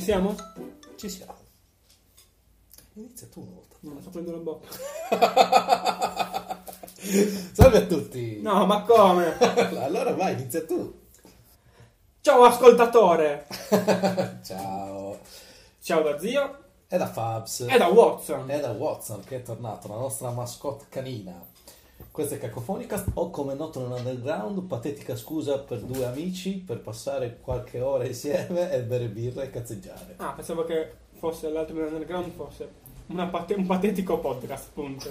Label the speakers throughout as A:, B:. A: siamo?
B: Ci siamo. Inizia tu una volta.
A: No, sto prendendo la bocca.
B: Salve a tutti.
A: No, ma come?
B: allora vai, inizia tu.
A: Ciao ascoltatore!
B: Ciao.
A: Ciao da zio
B: È da Fabs.
A: e da Watson.
B: È da Watson che è tornato, la nostra mascotte canina. Questo è Cacofonicast o come noto nell'underground, patetica scusa per due amici per passare qualche ora insieme e bere birra e cazzeggiare.
A: Ah, pensavo che fosse l'altro underground fosse una pat- un patetico podcast, punto.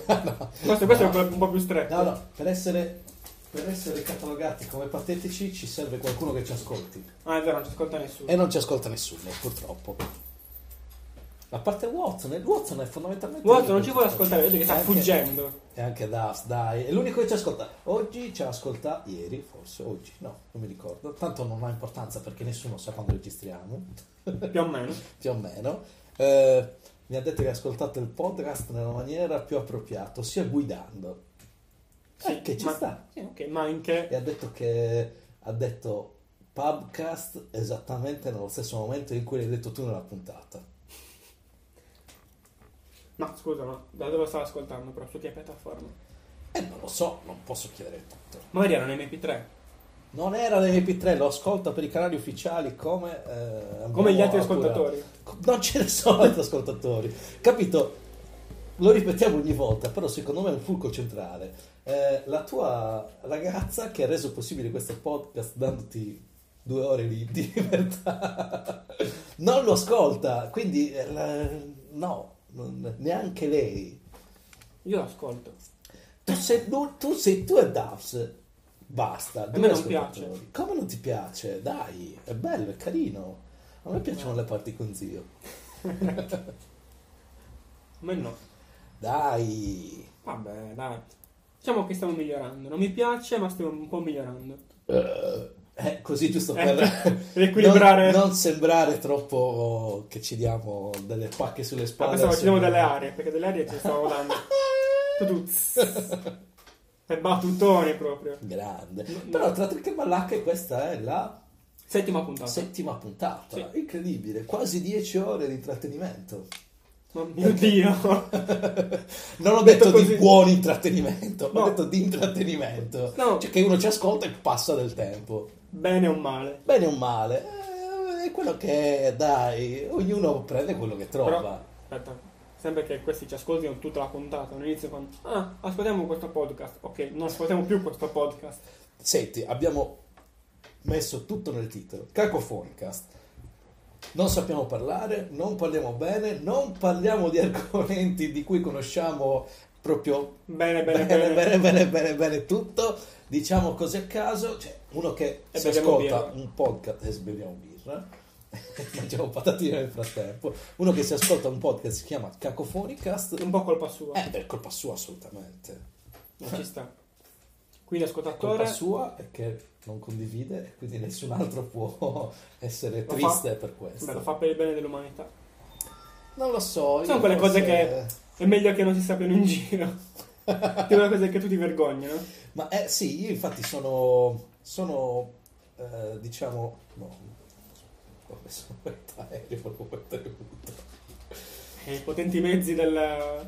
A: questo questo è un po', un po' più stretto.
B: No, no, per essere, per essere catalogati come patetici ci serve qualcuno che ci ascolti.
A: Ah, è vero, non ci ascolta nessuno.
B: E non ci ascolta nessuno, purtroppo. A parte Watson, e Watson è fondamentalmente.
A: Watson non
B: l'unico
A: ci vuole
B: ci ascolta.
A: ascoltare, vedi che sta
B: E anche-
A: fuggendo.
B: E anche Das, dai, è l'unico che ci ascolta. Oggi ci ascolta, ieri forse, oggi, no, non mi ricordo. Tanto non ha importanza perché nessuno sa quando registriamo,
A: Più o meno.
B: più o meno. Eh, mi ha detto che ascoltate il podcast nella maniera più appropriata, ossia guidando. Eh, che ci
A: ma-
B: sta.
A: Sì, ok, ma anche...
B: E ha detto che ha detto podcast esattamente nello stesso momento in cui l'hai detto tu nella puntata.
A: No, scusa, ma da dove stava ascoltando però? Su che piattaforma?
B: E Eh, non lo so, non posso chiedere tutto.
A: Magari erano MP3.
B: Non era l'MP3, lo ascolta per i canali ufficiali come... eh, abbiamo
A: Come gli altri
B: appurato.
A: ascoltatori.
B: Co- Non ce ne sono altri ascoltatori, capito? Lo ripetiamo ogni volta, però secondo me è un fulcro centrale. Eh, la tua ragazza che ha reso possibile questo podcast dandoti due ore di di libertà, non lo ascolta, quindi eh, la- no, non- neanche lei.
A: Io l'ascolto.
B: Tu sei tu, tu, sei, tu e Dafs. Basta. due
A: me non
B: ascoltatori. Come non ti piace? Dai, è bello, è carino. A me piacciono le parti con zio.
A: Ma no.
B: Dai.
A: Vabbè, dai. Diciamo che stiamo migliorando. Non mi piace, ma stiamo un po' migliorando.
B: Eh, così giusto
A: Eh,
B: per
A: per equilibrare.
B: Non, non sembrare troppo che ci diamo delle pacche sulle
A: Ah,
B: spalle.
A: pensavo ci diamo
B: Sembra-
A: delle aree, perché delle aree ci stavamo dando. Tu, tu. Mm, E battutone proprio.
B: Grande.
A: No.
B: Però tra Trick e Ballacche questa è la
A: Settima puntata.
B: settima puntata. Incredibile. Quasi 10 ore di intrattenimento.
A: Mamma Oh mio Dio.
B: Non ho detto,
A: Detto
B: di
A: così.
B: buon intrattenimento,
A: No.
B: ho detto di intrattenimento.
A: No.
B: Cioè che uno ci ascolta e passa del tempo.
A: Bene o male.
B: Bene o male. eh, È quello che è, dai, ognuno prende quello che trova.
A: Però, aspetta, sembra che questi ci ascoltino tutta la puntata. All'inizio con, ah, ascoltiamo questo podcast. Ok, non ascoltiamo più questo podcast.
B: Senti, abbiamo messo tutto nel titolo. Cacofonicast. Non sappiamo parlare, non parliamo bene, non parliamo di argomenti di cui conosciamo proprio
A: Bene,
B: bene,
A: bene,
B: bene, bene, bene, bene tutto. Diciamo così a caso, cioè uno che
A: E
B: si
A: beviamo
B: ascolta
A: birra.
B: un podcast e beviamo birra, mangiamo patatine nel frattempo, uno che si ascolta un podcast si chiama Cacofonicast,
A: Un po' colpa sua.
B: eh, per colpa sua assolutamente.
A: Non ci sta. Quindi
B: colpa
A: ascoltatore,
B: sua è che non condivide e quindi nessun altro può essere
A: Lo fa?
B: triste per
A: beh,
B: questo.
A: lo fa per il bene dell'umanità.
B: Non lo so. io
A: Sono quelle cose
B: forse-
A: È meglio che non si sappiano in giro. È una cosa che tutti vergognano.
B: Ma eh, sì, io infatti sono... sono eh, diciamo... No, ho messo un momento aereo, proprio un momento aereo.
A: E I potenti mezzi del...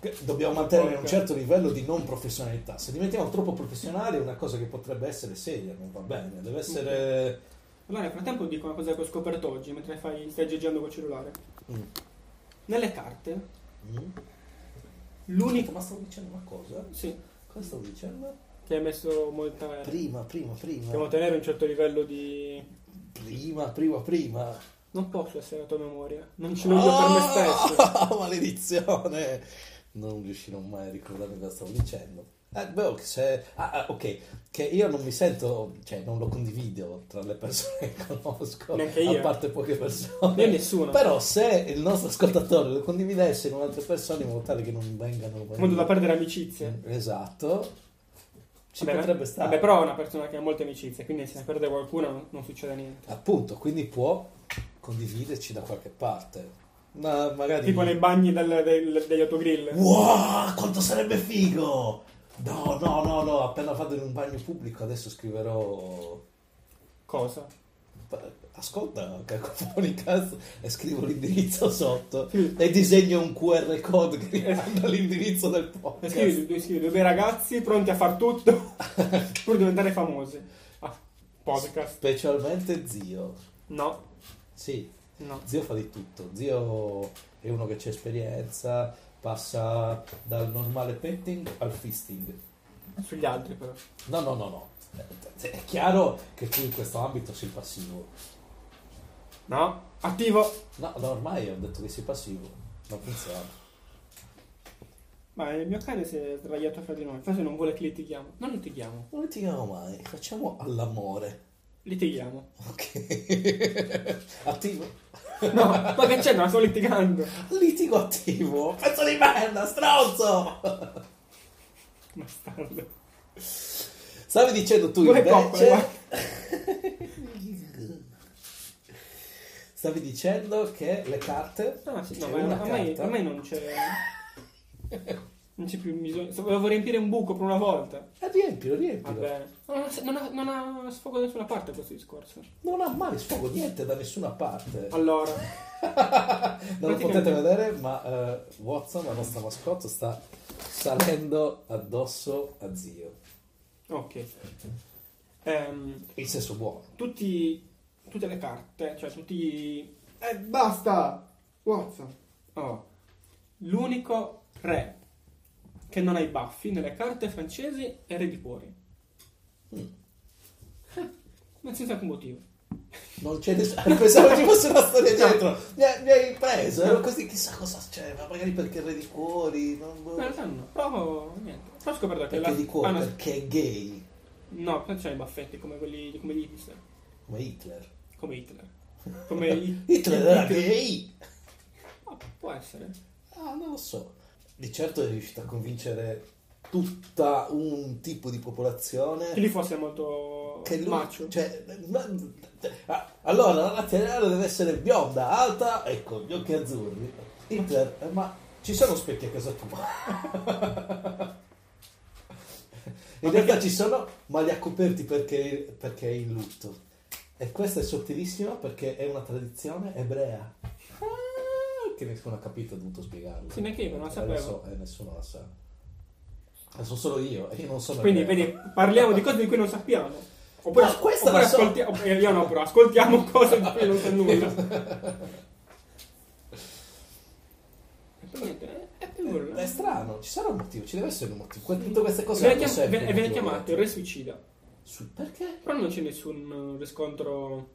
B: Che Dobbiamo mantenere un certo livello di non professionalità. Se diventiamo troppo professionali è una cosa che potrebbe essere seria, non va bene. Deve essere...
A: Allora, nel frattempo dico una cosa che ho scoperto oggi mentre fai- stai aggeggiando col cellulare.
B: Mm.
A: Nelle carte,
B: Mm.
A: l'unico... Eh.
B: Ma stavo dicendo una cosa?
A: Sì,
B: Cosa stavo dicendo?
A: che hai messo molta...
B: Prima, prima, prima.
A: Dobbiamo tenere un certo livello di...
B: Prima, prima, prima.
A: Non posso essere la tua memoria. Non ce l'ho io per me stesso.
B: Ah, maledizione! Non riuscirò mai a ricordarmi cosa stavo dicendo. Eh, beh, ok, se- ah, ah, ok, che io non mi sento, cioè non lo condivido tra le persone che conosco,
A: Neanche io.
B: a parte poche
A: Io
B: persone.
A: nessuno.
B: Però se il nostro ascoltatore lo condividesse con altre persone in modo tale che non vengano... Mm,
A: Mondo da perdere amicizie.
B: Esatto. Ci
A: Vabbè,
B: potrebbe stare.
A: Vabbè, però è una persona che ha molte amicizie, quindi se ne perde qualcuna non- non succede niente.
B: Appunto, quindi può condividerci da qualche parte. Ma magari...
A: Tipo nei bagni del- del- degli autogrill.
B: Uh. Wow, quanto sarebbe figo! No, no, no, no, appena fatto in un bagno pubblico adesso scriverò
A: Cosa?
B: ascolta Cacofonicast e scrivo l'indirizzo sotto e disegno un QR code che rimanda all'indirizzo del
A: E
B: podcast.
A: Scrivi, due- scrivi, due bei ragazzi pronti a far tutto per diventare famosi. Ah, podcast.
B: Specialmente zio.
A: No,
B: Sì,
A: no.
B: zio fa di tutto. Zio è uno che c'è esperienza, passa dal normale petting al fisting.
A: Sugli altri però.
B: No, no, no, no. Eh, È chiaro che tu in questo ambito sei passivo.
A: No. Attivo.
B: No, no, ormai ho detto che sei passivo. Non funziona.
A: Ma il mio cane si è sdraiato fra di noi. Infatti non vuole che litighiamo. Non litighiamo.
B: Non litighiamo mai, facciamo all'amore.
A: Litighiamo.
B: Ok. Attivo.
A: No, ma che c'è? Non sto litigando.
B: Litigo attivo. Pezzo di merda, stronzo.
A: Bastardo.
B: Stavi dicendo tu
A: Pure coccole,
B: invece...
A: guarda.
B: Stavi dicendo che le carte...
A: No, Ah, sì, no,
B: C'è
A: ma
B: una
A: ormai,
B: carta.
A: ormai non c'è. Non c'è più bisogno. Se Volevo riempire un buco per una volta.
B: Eh, riempilo, riempilo.
A: Va bene. Non ha, non ha- non ha sfogo da nessuna parte questo discorso.
B: Non ha mai sfogo niente da nessuna parte.
A: Allora,
B: Non lo
A: Praticamente-
B: potete vedere, ma eh, Watson, la nostra mascotte, sta salendo addosso a zio.
A: ok. Ehm,
B: In senso buono.
A: tutti, tutte le carte, cioè tutti. Eh, basta! Watson. Oh. L'unico re che non ha i baffi nelle carte francesi è Re di Cuori.
B: Mm.
A: Ma senza alcun motivo.
B: Non c'è nessuno. Pensavo ci fosse una storia dietro. Mi, hai- mi hai preso. Ero così, chissà cosa c'è, ma magari perché il re di cuori. Non... boh.
A: Ma in realtà no, però niente. Però ho scoperto che
B: Oh. Perché
A: la-
B: di cuori?
A: ah, no,
B: Perché è gay.
A: No, però c'hanno i baffetti come quelli come gli hipster,
B: Come Hitler.
A: come Hitler. Come i-
B: Hitler era
A: Hitler.
B: gay.
A: Ah, può essere.
B: Ah, non lo so. Di certo è riuscito a convincere tutta un tipo di popolazione
A: Che lì fosse molto
B: Che lui-
A: macio.
B: cioè, ma- ah, allora la nazionale deve essere bionda, alta e con gli occhi azzurri. Hitler, eh, ma ci sono specchi a casa tua? in realtà ci sono, ma li ha coperti perché, perché è in lutto. E questa è sottilissima perché è una tradizione ebrea. Ah, Che nessuno ha capito, ho dovuto spiegarlo.
A: Sì, neanche io, non la
B: Eh,
A: sapevo.
B: Lo so, e nessuno la sa. La so solo io, e io non sono
A: Quindi
B: ebreo.
A: vedi, parliamo di cose di cui non sappiamo. Oppure,
B: Ma questa
A: oppure
B: la so.
A: ascolti- oppure- io no, però ascoltiamo cose di cui non so nulla. e poi niente, è più nulla.
B: È strano, ci sarà un motivo, ci deve essere un motivo. Que- Tutte queste cose
A: Viene
B: hanno
A: chiam-
B: sempre
A: viene-
B: un
A: viene
B: motivo
A: chiamato il
B: dietro.
A: re suicida.
B: Su- perché?
A: Però non c'è nessun eh, riscontro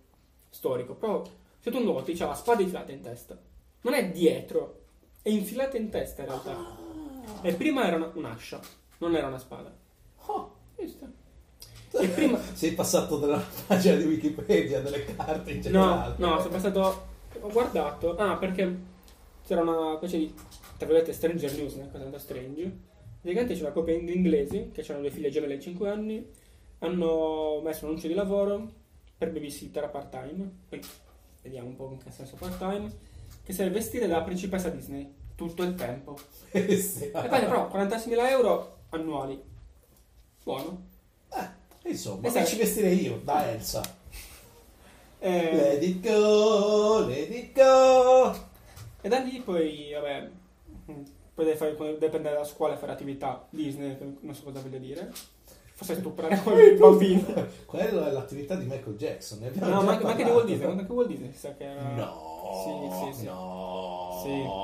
A: storico. Però se tu noti c'ha la spada infilata in testa. Non è dietro, è infilata in testa in realtà.
B: Ah.
A: E prima era una- un'ascia, non era una spada.
B: Oh.
A: Visto? E prima...
B: Eh, Sei passato dalla pagina di Wikipedia, delle carte in
A: No,
B: generale.
A: no, sono passato... Ho guardato... Ah, perché c'era una specie di... Tra virgolette Stranger News, una cosa da Strange. Praticamente c'è una coppia in- inglese che hanno le figlie gemelle di 5 anni. Hanno messo un annuncio di lavoro per babysitter a part time. Poi vediamo un po' in che senso part time. Che serve vestire da principessa Disney tutto il tempo.
B: Eh, sì.
A: E poi però 46.000 euro annuali. Buono.
B: Eh, insomma,
A: Esatto.
B: ci vestirei io, da Elsa.
A: Eh,
B: Let it go, let it go.
A: E da lì poi, vabbè, mh, poi devi, fare, devi prendere la scuola e fare attività Disney, che non so cosa voglia dire. Forse stuprare qualche bambino.
B: Quello è l'attività di Michael Jackson. ne abbiamo
A: No,
B: già
A: ma anche, ma anche di
B: parlato.
A: Walt Disney, anche Walt Disney sa che era...
B: No,
A: Sì, sì, sì.
B: no,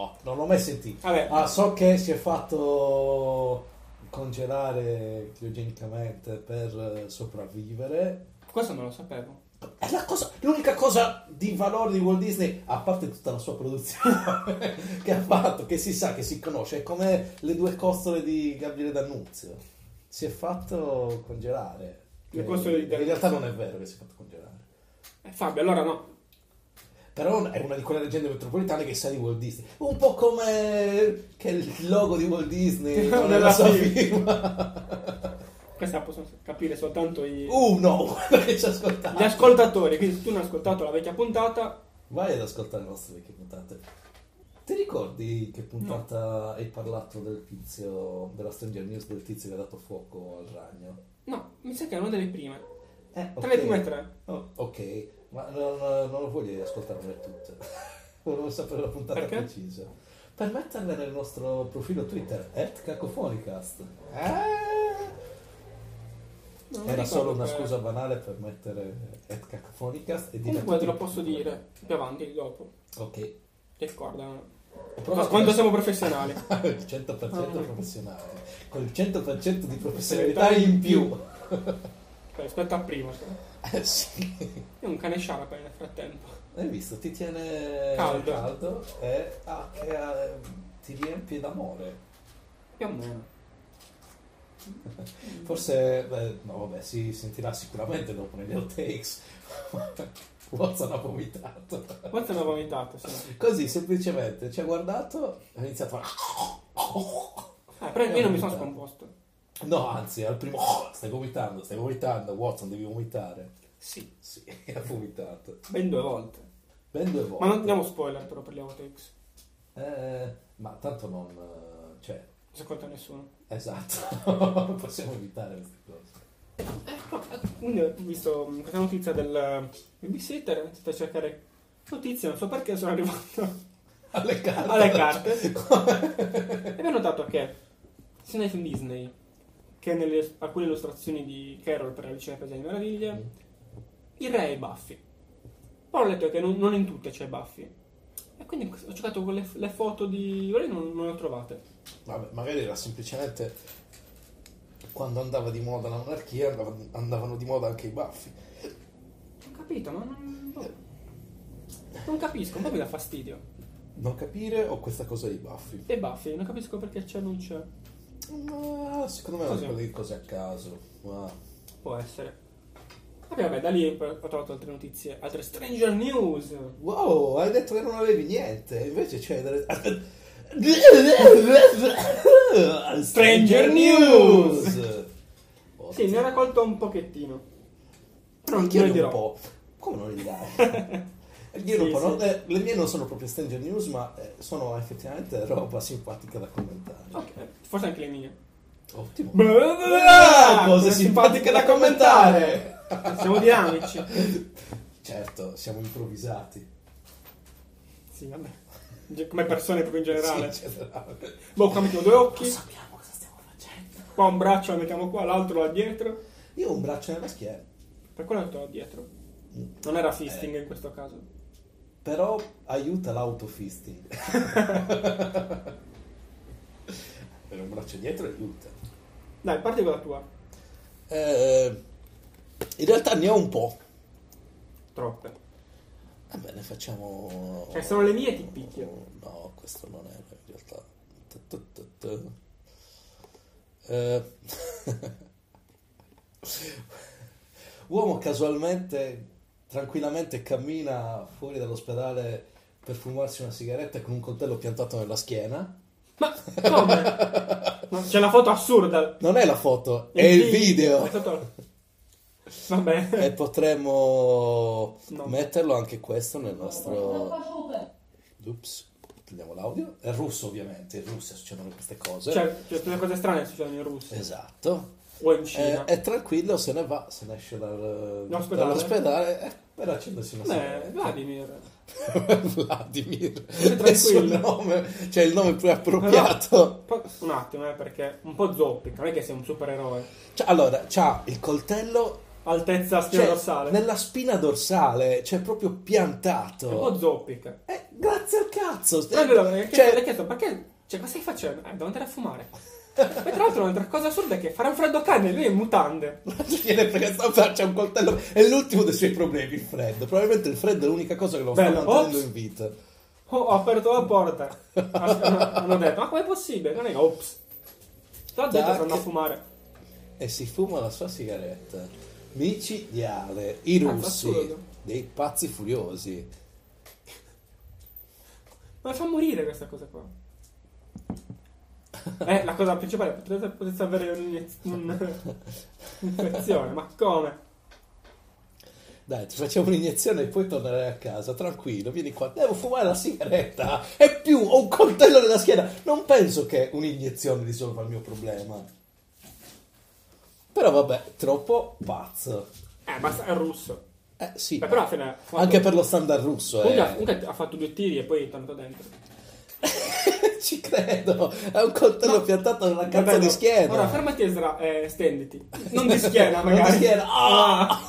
A: Sì.
B: non l'ho mai sentito.
A: Vabbè,
B: Ah, so che si è fatto congelare criogenicamente per eh, sopravvivere.
A: questo non lo sapevo.
B: È la cosa, l'unica cosa di valore di Walt Disney, a parte tutta la sua produzione che ha fatto, che si sa, che si conosce, è come le due costole di Gabriele D'Annunzio. Si è fatto congelare. Eh,
A: Le costole di
B: In
A: D'Annunzio.
B: realtà non è vero che si è fatto congelare.
A: Eh, Fabio, allora no.
B: Però è una di quelle leggende metropolitane che sa di Walt Disney. Un po' come che il logo di Walt Disney non è
A: Nella
B: la sua
A: firma.
B: firma.
A: Questa possono capire soltanto i,
B: Uh, Uno, quello che ci ascolta.
A: gli ascoltatori. Quindi se tu non hai ascoltato la vecchia puntata,
B: Vai ad ascoltare le nostre vecchie puntate. Ti ricordi che puntata hai parlato del tizio, della Stranger News del tizio che ha dato fuoco al ragno?
A: no, mi sa che è una delle prime.
B: Eh,
A: Tra le prime tre.
B: Oh, ok, Ma non, non voglio ascoltarmele tutte. Volevo sapere la puntata
A: Perché?
B: precisa. Per metterle nel nostro profilo Twitter, at cacofonicast.
A: No, Eh, non
B: Era
A: ricordo
B: solo una
A: che-
B: scusa banale per mettere at cacofonicast e dire...
A: Comunque te lo posso dire più avanti, dopo.
B: Ok.
A: Ricordano.
B: Prova
A: Ma
B: a
A: quando
B: spiegare-
A: siamo professionali.
B: il 100% professionale, con il 100% di professionalità
A: Professionalità
B: in più.
A: Beh, Rispetto a prima. cioè.
B: Eh sì.
A: È un cane sciarpa nel frattempo.
B: Hai visto? Ti tiene
A: Caldo.
B: e ah, che, eh, ti riempie d'amore.
A: Più o meno.
B: Forse, beh, no vabbè, si sentirà sicuramente dopo negli outtakes. Watson ha vomitato.
A: Quanto ne ho vomitato, sì.
B: Così, semplicemente, ci ha guardato e ha iniziato a...
A: Ah, però io non mi sono scomposto.
B: No, anzi, al primo... "Oh, stai vomitando, stai vomitando, Watson, devi vomitare.
A: Sì.
B: Sì, ha vomitato.
A: Ben due volte.
B: Ben due volte.
A: Ma non diamo spoiler però per gli outtakes.
B: Eh, ma tanto non... eh, cioè,
A: Non si ascolta nessuno.
B: esatto, possiamo evitare queste cose.
A: Quindi ho visto mh, questa notizia del mm, babysitter, sono andato a cercare notizie, non so perché sono arrivato
B: Alle carte.
A: alle carte. e ho notato che sia nei film Disney che nelle alcune illustrazioni di Carol per Alice nel Paese delle Meraviglie, il re ha i baffi. Poi ho letto che non, non in tutte c'è Buffy. E quindi ho cercato con le, le foto di... Voi non, non le ho trovate.
B: Vabbè, magari era semplicemente... Quando andava di moda la monarchia andava- andavano di moda anche i baffi.
A: Ho capito, ma non... boh. Non capisco, un po' mi dà fastidio.
B: Non capire o questa cosa dei baffi?
A: E Buffy, non capisco perché c'è o non c'è.
B: Ma secondo me è una di
A: Così.
B: quelle cose a caso. Ma...
A: Può essere. Vabbè, vabbè, da lì ho trovato altre notizie, altre Stranger News.
B: Wow, hai detto che non avevi niente, invece c'è... delle-
A: Stranger News!
B: Oh,
A: Sì, ne ho raccolto un pochettino. Però non
B: Anch'io
A: glielo
B: ne ho
A: dirò.
B: un po'. Come non li dai? Io non
A: Sì,
B: parlo-
A: sì.
B: eh, le mie non sono proprio Stranger News, ma eh, sono effettivamente roba simpatica da commentare.
A: Ok, forse anche le mie.
B: Ottimo.
A: Ah,
B: eh, cose simpatiche da commentare!
A: Siamo dinamici.
B: Certo, siamo improvvisati.
A: Sì, vabbè. Ge- Come persone proprio in generale.
B: Sì, in generale.
A: Boh, qua mettiamo due occhi,
B: Sappiamo cosa stiamo facendo.
A: qua un braccio lo mettiamo qua, l'altro là dietro.
B: Io ho un braccio nella schiena.
A: Per quello metto là dietro. Non era
B: Eh.
A: fisting in questo caso.
B: Però aiuta l'autofisting. Avere un braccio dietro aiuta.
A: Dai, parti con la tua.
B: Eh, in realtà ne ho un po'.
A: Troppe.
B: Vabbè, ne facciamo.
A: Cioè, sono le mie e ti picchio.
B: No, questo non è in realtà. Tu, tu, tu, tu. Eh, Uomo casualmente, tranquillamente cammina fuori dall'ospedale per fumarsi una sigaretta con un coltello piantato nella schiena.
A: Ma come? Ma C'è la foto assurda.
B: Non è la foto, è il video. Eh,
A: È stato- Vabbè.
B: E potremmo
A: No.
B: metterlo anche questo nel nostro.
C: Пошел
B: Ups, prendiamo l'audio. È russo, ovviamente. In Russia succedono queste cose.
A: Cioè, cioè, tutte cose strane succedono in Russia.
B: Esatto.
A: O in
B: È,
A: Cina.
B: è tranquillo, se ne va, se ne esce dal-
A: L'ospedale.
B: dall'ospedale eh, per accendersi una
A: Beh,
B: sigaretta.
A: Eh, Vladimir.
B: Vladimir.
A: tranquillo.
B: È il suo nome, cioè il nome più appropriato.
A: Poi- Un attimo, eh, perché un po' zoppica, non è che sei un supereroe.
B: Cioè, allora, c'ha il coltello
A: Altezza spina
B: cioè,
A: dorsale.
B: nella spina dorsale, cioè proprio piantato.
A: Un po' zoppica.
B: Eh, grazie al cazzo!
A: Però lui l'ha-
B: Cioè,
A: l'ha chiesto, perché? Cioè, cosa stai facendo? Eh, devo andare a fumare. E tra l'altro un'altra cosa assurda è che farà un freddo cane, lui è in mutande.
B: gliene frega sta- c'è un coltello. È l'ultimo dei suoi problemi, il freddo. Probabilmente il freddo è l'unica cosa che lo sta
A: Bello.
B: mantenendo
A: Ops.
B: in vita.
A: Oh, ho aperto la porta. As- Hanno detto, ma com'è possibile? Non è che, ops. Te l'ho detto,
B: Tac.
A: sono andato a fumare.
B: E si fuma la sua sigaretta. Micidiale. I
A: Cazzo,
B: russi.
A: assurdo.
B: Dei pazzi furiosi.
A: Ma fa morire questa cosa qua. Eh, la cosa principale, potete, potete avere un- un- un'infezione, ma come?
B: Dai, ti facciamo un'iniezione e poi tornerai a casa, tranquillo, vieni qua, devo fumare la sigaretta, e più, ho un coltello nella schiena, non penso che un'iniezione risolva il mio problema. Però vabbè, troppo pazzo.
A: Eh, ma è russo.
B: Eh sì,
A: Beh, però alla fine ha fatto-
B: anche per lo standard russo.
A: comunque ha-
B: Eh.
A: comunque ha fatto due tiri e poi è tornato dentro.
B: Ci credo, è un coltello
A: No.
B: piantato nella
A: Vabbè,
B: cazzo di
A: no.
B: schiena.
A: Ora fermati e sra- eh, stenditi. Non di schiena,
B: Non
A: magari.
B: di schiena.
A: Ah!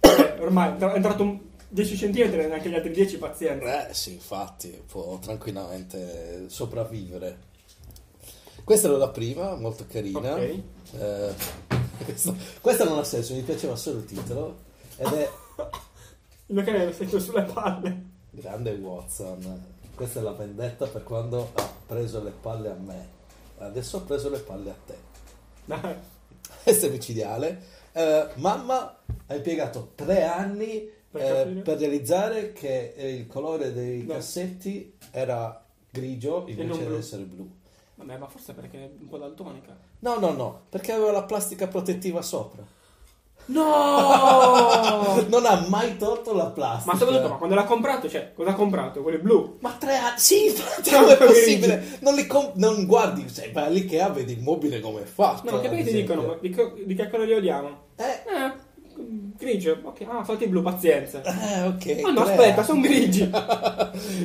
A: Eh, Ormai è entrato un 10 centimetri, neanche gli altri 10 pazienza.
B: Eh sì, infatti, può tranquillamente sopravvivere. Questa era la prima, molto carina.
A: Ok.
B: Eh, questa, questa non ha senso, mi piaceva solo il titolo. Ed è
A: Il mio cane mi sento sulle palle.
B: Grande Watson. Questa è la vendetta per quando ha preso le palle a me. Adesso ho preso le palle a te.
A: Dai.
B: Questo è micidiale. Eh, mamma ha impiegato tre anni
A: Per
B: eh,
A: capire?
B: per realizzare che eh, il colore dei
A: No.
B: cassetti era grigio
A: non
B: invece di
A: blu.
B: essere blu.
A: Vabbè, ma forse perché è un po' daltonica.
B: No, no, no, perché aveva la plastica protettiva sopra.
A: No!
B: Non ha mai tolto la plastica.
A: Oh! ma soprattutto, ma quando l'ha comprato, cioè, cosa ha comprato? Quello blu.
B: Ma tre anni, sì, infatti,
A: Tre
B: come è
A: anni.
B: possibile? Non li comp- non guardi, cioè, vai lì che vedi il mobile come è fatto.
A: No, ma che
B: ad
A: poi ti
B: Ah, esempio.
A: dicono, ma di, co- di che colore li odiamo?
B: Eh,
A: Eh, grigio. Ok, ah, fatti blu, pazienza.
B: eh, ok.
A: Ma Ah, no,
B: tre
A: aspetta,
B: anni.
A: sono grigi.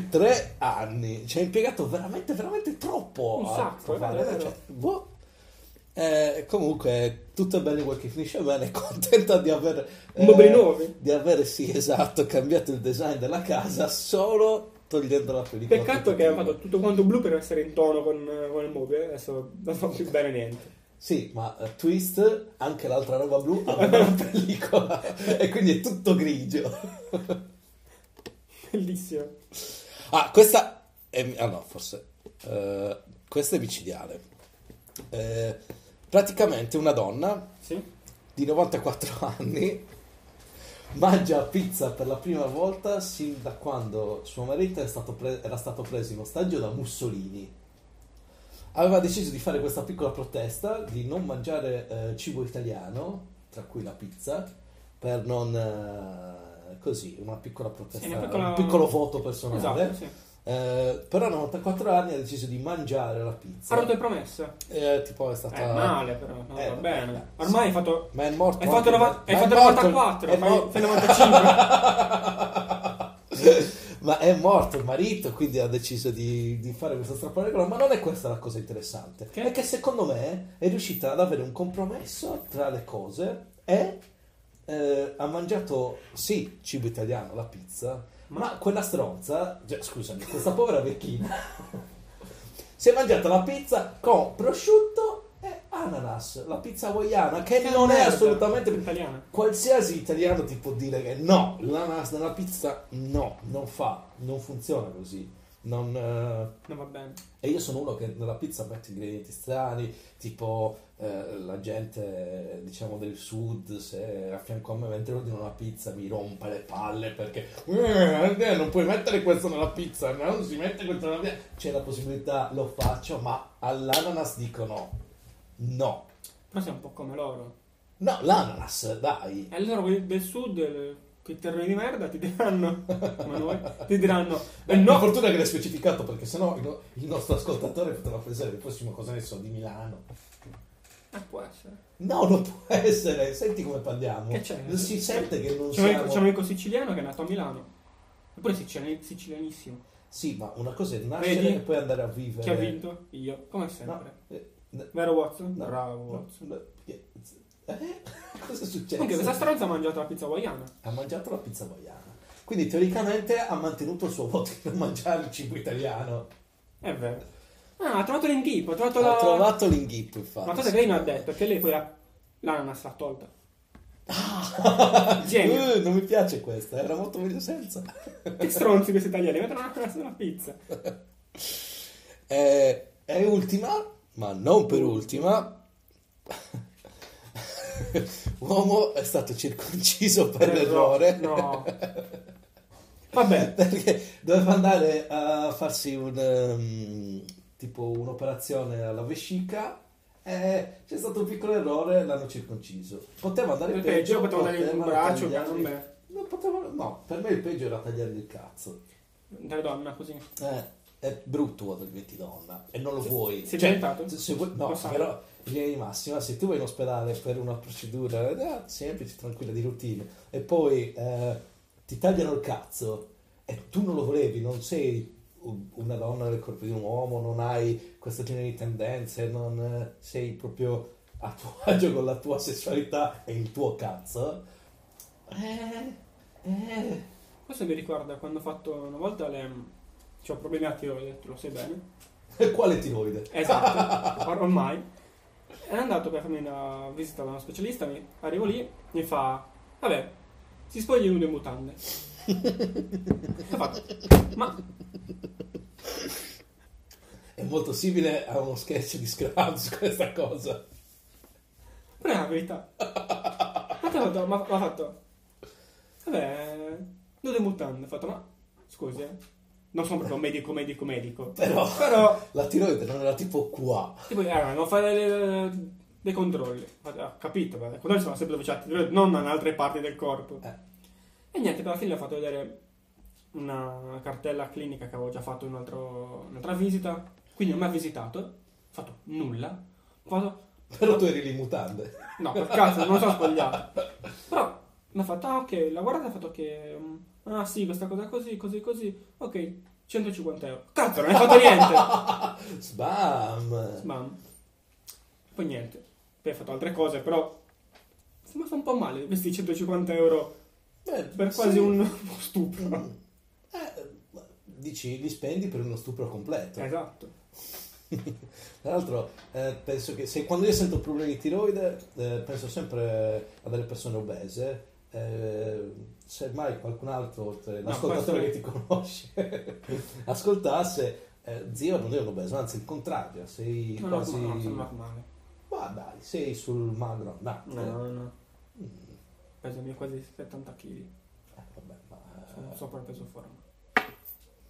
B: Tre anni, ci ha impiegato veramente, veramente troppo.
A: Un
B: a
A: sacco, è
B: trovare-
A: vero, è vero.
B: cioè, boh. Eh, comunque, tutto è bene quel che finisce bene, contenta di aver... eh,
A: Mobili nuovi.
B: Di aver, sì, esatto, cambiato il design della casa solo togliendo la pellicola.
A: Peccato che hanno
B: protettiva.
A: fatto tutto quanto blu per essere in tono con, con il mobile, adesso non so più bene niente.
B: Sì, ma eh, Twist, anche l'altra roba blu, aveva la pellicola e quindi è tutto grigio.
A: Bellissimo.
B: Ah, questa è... Ah no, forse... eh, questa è micidiale. Eh, praticamente una donna
A: Sì?
B: di 94 anni mangia pizza per la prima volta sin da quando suo marito è stato pre- era stato preso in ostaggio da Mussolini. Aveva deciso di fare questa piccola protesta di non mangiare eh, cibo italiano, tra cui la pizza, per non... eh, così, una piccola protesta,
A: Sì, una piccola-
B: un piccolo voto personale.
A: Esatto, sì.
B: Eh, però a 94 anni ha deciso di mangiare la pizza.
A: Ha rotto le promesse.
B: Eh, tipo è stata...
A: Eh, male però, no,
B: Eh,
A: va
B: vabbè,
A: bene.
B: dai.
A: Ormai hai fatto...
B: Ma è morto.
A: Hai fatto,
B: anche-
A: nova- hai
B: ma è
A: fatto
B: morto-
A: 94,
B: è
A: fai,
B: morto-
A: fai 95.
B: ma è morto il marito, quindi ha deciso di, di fare questa straparegola. Ma non è questa la cosa interessante.
A: Che?
B: È che secondo me è riuscita ad avere un compromesso tra le cose e eh, ha mangiato, sì, cibo italiano, la pizza, ma, quella stronza, cioè, scusami, questa povera vecchina, si è mangiata la pizza con prosciutto e ananas, la pizza hawaiana, che,
A: Che
B: non è
A: merda.
B: assolutamente
A: italiana.
B: Qualsiasi italiano ti può dire che no, l'ananas nella pizza no, non fa, non funziona così. Non, eh,
A: Non va bene.
B: E io sono uno che nella pizza mette ingredienti strani, tipo eh, la gente eh, diciamo del sud, se a fianco a me mentre ordino una pizza mi rompe le palle perché "Eh, non puoi mettere questo nella pizza, non si mette questo nella pizza. C'è la possibilità, lo faccio, ma all'ananas dicono no.
A: Però sei un po' come loro.
B: No, l'ananas, dai.
A: E allora quelli del sud, eh, quei terroni di merda, ti diranno... come noi, ti diranno... Eh
B: no,
A: no,
B: fortuna che l'hai specificato perché sennò il, no- il nostro ascoltatore poteva pensare il prossimo cosa ne so di Milano.
A: Eh, può essere.
B: No, non può essere. Senti come parliamo.
A: Che c'è?
B: Si sente che non
A: C'è un, amico,
B: siamo.
A: c'è un amico siciliano che è nato a Milano. Eppure è siciliani- sicilianissimo.
B: Sì, ma una cosa è nascere
A: Vedi?
B: e poi andare
A: Chi
B: a
A: ha
B: vivere.
A: vinto? Io, come sempre.
B: No, eh, no,
A: Vero Watson?
B: no,
A: Bravo
B: no,
A: Watson.
B: no, eh, eh? Cosa è successo?
A: Comunque questa stronza ha mangiato la pizza hawaiana.
B: Ha mangiato la pizza hawaiana. Quindi teoricamente ha mantenuto il suo voto di non mangiare il cibo italiano.
A: È vero. Ah, ha trovato l'inghippo, ha trovato la...
B: Eh. Ha trovato l'inghippo, infatti.
A: Ma cosa che lei non ha detto? Che lei poi la... l'ananas l'ha tolta. Genio.
B: Eh, non mi piace questa, era molto meglio senza.
A: Che stronzi questi italiani, mettono l'ananas nella pizza.
B: Eh, è ultima, ma non per ultima. Uomo è stato circonciso per errore.
A: Eh, No. Vabbè.
B: Perché doveva andare a farsi un, ehm, tipo un'operazione alla vescica. E c'è stato un piccolo errore, l'hanno circonciso. Poteva andare
A: Perché
B: peggio,
A: io potevo dargli un
B: potevano
A: braccio,
B: tagliargli-
A: vabbè.
B: No, potevano- no, per me il peggio era tagliargli il cazzo.
A: Dai donna, così.
B: Eh, è brutto del donna e non lo vuoi.
A: Sei
B: Cioè,
A: diventato?
B: se- se vuoi- no,
A: Lo sai.
B: però in linea di massima, se tu vai in ospedale per una procedura eh, semplice, tranquilla, di routine, e poi eh, ti tagliano il cazzo e tu non lo volevi, non sei u- una donna nel corpo di un uomo, non hai questo genere di tendenze, non eh, sei proprio a tuo agio con la tua sessualità e il tuo cazzo. Eh, eh.
A: Questo mi ricorda quando ho fatto una volta le... Cioè, ho problemi a tiroide, tu lo sai bene.
B: Quale tiroide?
A: Esatto, or- ormai. È andato per farmi una visita da uno specialista, mi- arrivo lì, mi fa... Vabbè, si spogli nudo in mutande. Ho fatto, Ma
B: È molto simile a uno sketch di Scrubs questa cosa.
A: però è la verità. Ma te l'ho detto, ma- ma ha fatto... Vabbè, nudo in mutande. Ho fatto, ma... Scusi, eh. Non sono proprio medico, medico, medico.
B: Però
A: Però...
B: la tiroide non era tipo qua.
A: Tipo, eh, devo fare le- dei controlli. Infatti, ah, Ho capito, ma i controlli sono sempre dove c'è attività, non in altre parti del corpo.
B: Eh.
A: E niente, per la fine ho fatto vedere una cartella clinica che avevo già fatto in un altro- un'altra visita. Quindi non mi ha visitato, ho fatto nulla. Ho fatto,
B: Però tu eri lì in mutande.
A: no, per caso, non sono sbagliato. Però mi ha fatto, ah ok, la guarda ha fatto che... mm, Ah sì, questa cosa così, così, così. Ok, 150 euro. Cazzo, non hai fatto niente!
B: Sbam!
A: Ma poi niente, poi ho fatto altre cose, però mi è fatto un po' male questi 150 euro
B: Eh,
A: per
B: sì. Mm.
A: quasi un uno stupro.
B: Eh, dici, li spendi per uno stupro completo.
A: Esatto.
B: Tra l'altro, eh, penso che se quando io sento problemi di tiroide, eh, penso sempre a delle persone obese. Eh, se mai qualcun altro, oltre l'ascoltatore
A: questo-
B: che ti conosce, ascoltasse, eh, zio, non ero obeso, anzi, il contrario, sei
A: No, no,
B: quasi.
A: no, no, sono normale.
B: Ma dai, sei sul magro andato.
A: No, no, no.
B: Mm,
A: Eh. Peso mio quasi 70 kg.
B: eh, vabbè, ma-
A: Sono sovrappeso forma.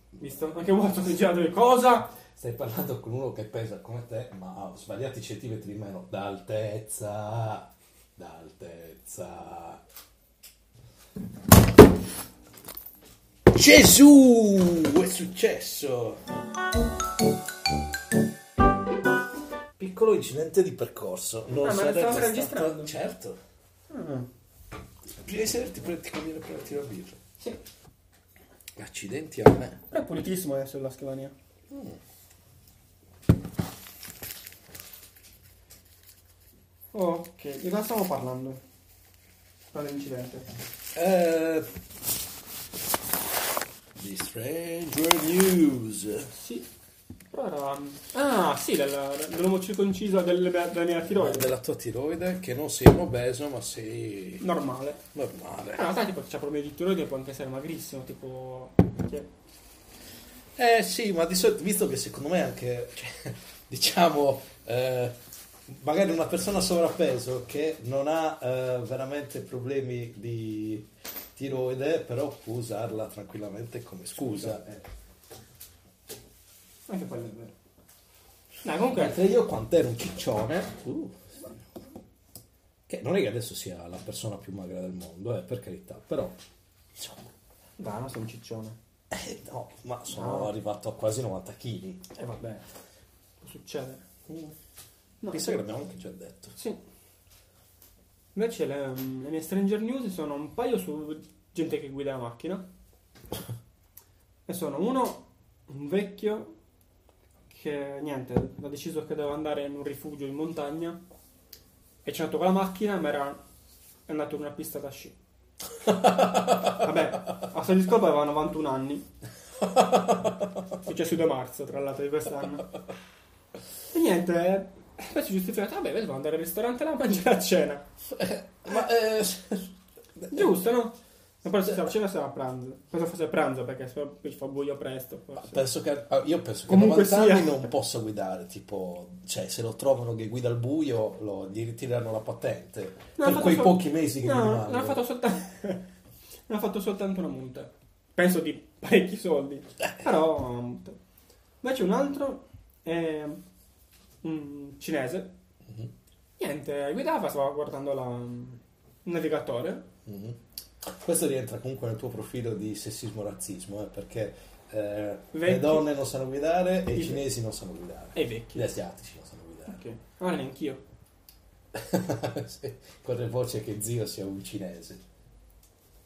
A: Visto? Anche Watson si gira dove cosa?
B: Stai parlando con uno che pesa come te, ma ha svariati centimetri in meno d'altezza. D'altezza. Gesù! È successo! Piccolo incidente di percorso. Non
A: Ah, ma
B: sarebbe
A: stavamo
B: stato...
A: registrando?
B: Certo.
A: Mm.
B: Devi sederti per ti conviene prenderti una birra.
A: Sì.
B: Accidenti a me.
A: Però è pulitissimo adesso la scrivania. Oh, Ok, di cosa stiamo parlando? Dall'incidente.
B: Eh, The Stranger News.
A: Sì. Però era... Ah, sì, della- dell'uomo circonciso del, della mia tiroide.
B: Della tua tiroide, che non sei un obeso, ma sei
A: Normale.
B: normale.
A: In realtà tipo c'è problemi di tiroide può anche essere magrissimo, tipo... che-
B: Eh sì, ma di solito, visto che secondo me anche, cioè, diciamo, eh, magari una persona sovrappeso che non ha eh, veramente problemi di tiroide, però può usarla tranquillamente come scusa. eh.
A: Anche quello è vero. No, comunque...
B: Mentre io quando ero un ciccione, uh, che non è che adesso sia la persona più magra del mondo, eh, per carità, però insomma,
A: Dai, non sono un ciccione.
B: eh, no, ma sono
A: No.
B: arrivato a quasi 90 kg.
A: E Eh, vabbè. Può succedere. Mm. No,
B: Mi sa che l'abbiamo anche già detto.
A: Sì. Invece le, le mie Stranger News sono un paio su gente che guida la macchina. E sono uno, un vecchio, che niente, ha deciso che doveva andare in un rifugio in montagna. E c'è andato con la macchina, ma era è andato in una pista da sci. Vabbè, a suo discolpo aveva 91 anni. Successo 2 marzo, tra l'altro, di quest'anno. E niente, eh, poi si giustifica, vabbè, devo andare al ristorante là a mangiare a cena.
B: Ma eh,
A: Giusto, no? Ma poi se sarà cena sarà a pranzo. Penso fosse pranzo perché se no qui fa buio presto. Forse.
B: penso che, ah, io penso che a
A: Comunque
B: 90
A: sia.
B: anni non possa guidare, tipo, cioè se lo trovano che guida al buio lo- gli ritirano la patente
A: No, ha
B: per
A: fatto
B: quei
A: sol-
B: pochi mesi che gli
A: No,
B: rimangono.
A: non ha fatto soltanto. non ha fatto soltanto una multa. Penso di parecchi soldi. Però una multa. Invece un altro è un cinese.
B: Mhm,
A: Niente, guidava, stava guardando la- mm, il navigatore.
B: mhm. Questo rientra comunque nel tuo profilo di sessismo-razzismo, eh, perché eh, le
A: Vecchi.
B: donne non sanno guidare e i
A: I-
B: cinesi non sanno guidare,
A: E i vecchi.
B: gli asiatici non sanno guidare. idea.
C: Ok.
A: Ah, neanch'io.
B: Sì, Corre voce che zio sia un cinese.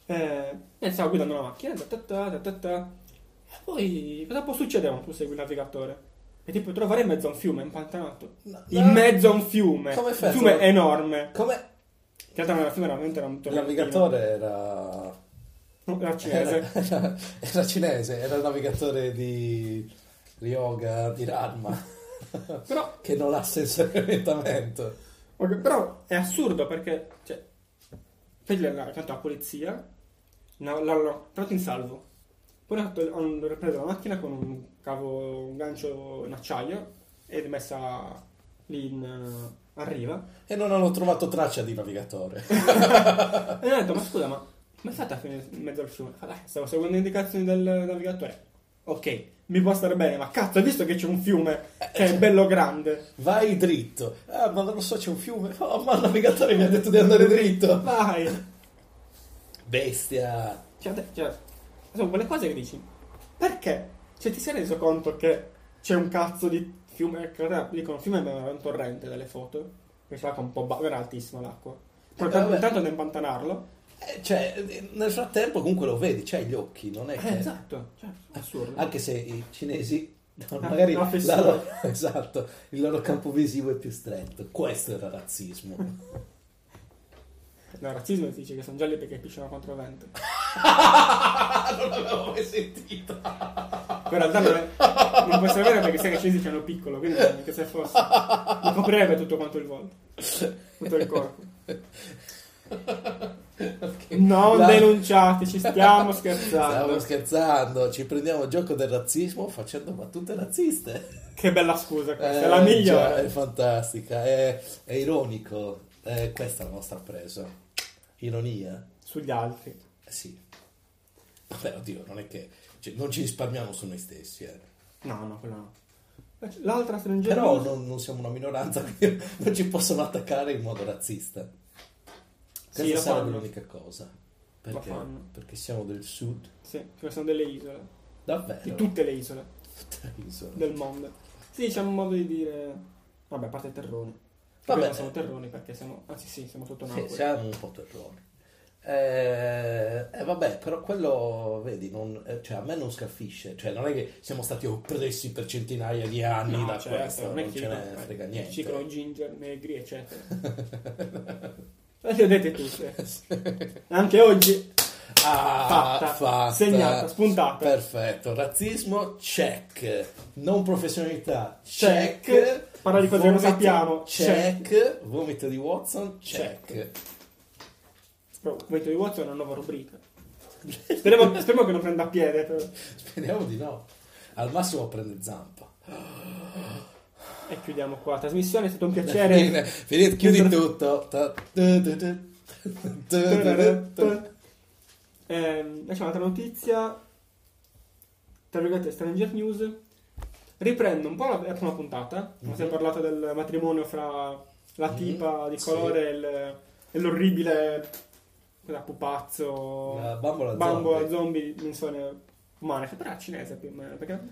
A: Eh, e stavo guidando la macchina, ta ta ta ta ta ta. E poi cosa può succedere quando tu segui il navigatore? E ti puoi trovare in mezzo a un fiume impantanato.
B: No,
A: In
B: no,
A: mezzo a un fiume.
B: Ah. Come
A: un
B: fai a
A: fiume
B: trovare-
A: enorme.
B: Come?
A: In realtà non era un fiume, veramente era un
B: Il
A: torrentino.
B: navigatore era...
A: No, era cinese.
B: Era, era cinese, era il navigatore di Ryoga, di Ranma,
A: Però,
B: che non ha senso di orientamento.
A: ok, però è assurdo perché, cioè, prendi la, la, la polizia, no, l'hanno tratto in salvo. Poi hanno fatto- hanno ripreso la macchina con un cavo, un gancio in acciaio ed messa lì in eh, arriva.
B: E non hanno trovato traccia di navigatore.
A: E mi ha detto, ma scusa, ma come fate a finire in mezzo al fiume? Fa, "Eh, stavo seguendo le indicazioni del navigatore. Ok, mi può stare bene, ma cazzo, hai visto che c'è un fiume che è bello grande?
B: Vai dritto. Ah, ma non lo so, c'è un fiume. Oh, ma il navigatore mi ha detto di andare dritto.
A: Vai!
B: Bestia.
A: Cioè, te- cioè, sono quelle cose che dici, perché? Cioè, ti sei reso conto che c'è un cazzo di fiume, che in realtà dicono fiume ma era un torrente dalle foto, che c'era un po' ba- era altissima l'acqua. Però
B: Eh,
A: tanto-
B: vabbè.
A: intanto da impantanarlo.
B: Eh, cioè, nel frattempo comunque lo vedi, c'hai gli occhi, non è
A: Eh,
B: che...
A: esatto, cioè, assurdo.
B: certo. Anche se i cinesi... no,
A: Ah,
B: magari
A: la
B: la
A: fessura.
B: loro- esatto, il loro campo visivo è più stretto. Questo era razzismo.
A: No, il razzismo ti dice che sono gialli perché pisciano contro vento.
B: non l'avevo mai sentito.
A: Però in realtà non, è- non puoi sapere perché sai che i cinesi c'hanno piccolo, quindi non è che se fosse. Lo coprirebbe tutto quanto il volto. Tutto il corpo. Non
B: La-
A: denunciate, ci stiamo
B: Stavo
A: scherzando.
B: scherzando, ci prendiamo gioco del razzismo facendo battute razziste.
A: Che bella scusa questa, è
B: Eh,
A: la
B: già,
A: migliore.
B: è fantastica, è, è ironico. Eh, questa è la nostra presa. Ironia?
A: Sugli altri.
B: Eh, sì. Vabbè, oddio, non è che... cioè, non ci risparmiamo su noi stessi, eh.
A: No, no, quella no. L'altra
B: Però
A: stringerella.
B: non, non siamo una minoranza, quindi non ci possono attaccare in modo razzista. Questa
A: Sì, lo
B: sarebbe
A: fanno.
B: l'unica cosa. Perché?
A: fanno.
B: Perché siamo del sud.
A: Sì, che sono delle isole.
B: Davvero?
A: Di tutte le isole
B: Tutte le isole.
A: del mondo. Sì, c'è un modo di dire. Vabbè, a parte terroni.
B: Vabbè.
A: Vabbè, non siamo terroni perché siamo. Anzi, sì, siamo tutto
B: Sì,
A: Napoli.
B: siamo un po' terroni. Eh, eh, vabbè, però quello, vedi, non- eh, cioè, a me non scalfisce. Cioè, non è che siamo stati oppressi per centinaia di anni da
A: certo,
B: questo, non,
A: che
B: ce ne
A: dico,
B: frega
A: eh,
B: niente.
A: Ciclo ginger, negri, eccetera. Le vedete tutte. Anche oggi,
B: Ah,
A: Fatta, segnata, spuntata.
B: Perfetto. Razzismo, check. Non professionalità,
A: Check.
B: check.
A: Parla di cose che non
B: Vomito,
A: sappiamo,
B: check. Vomito di Watson, check.
A: però, Vento di Watson è una nuova rubrica. Speriamo, speriamo che non prenda piede. però.
B: Speriamo di no. Al massimo prende zampa.
A: E chiudiamo qua la trasmissione, è stato un
B: Fine,
A: piacere.
B: finito, chiudi
A: Dentro-
B: tutto. Ta- tu- tu- tu. Tu- tu- tu.
A: Ehm, c'è un'altra notizia. Tra virgolette, Stranger News. Riprende un po' la, la prima puntata.
B: Mhm.
A: Si è parlato del matrimonio fra la
B: Mhm,
A: tipa di
B: sì.
A: colore e il- e l'orribile quella pupazzo.
B: La bambola
A: bambola
B: zombie.
A: zombie, dimensione umana, che però era cinese più o meno, perché era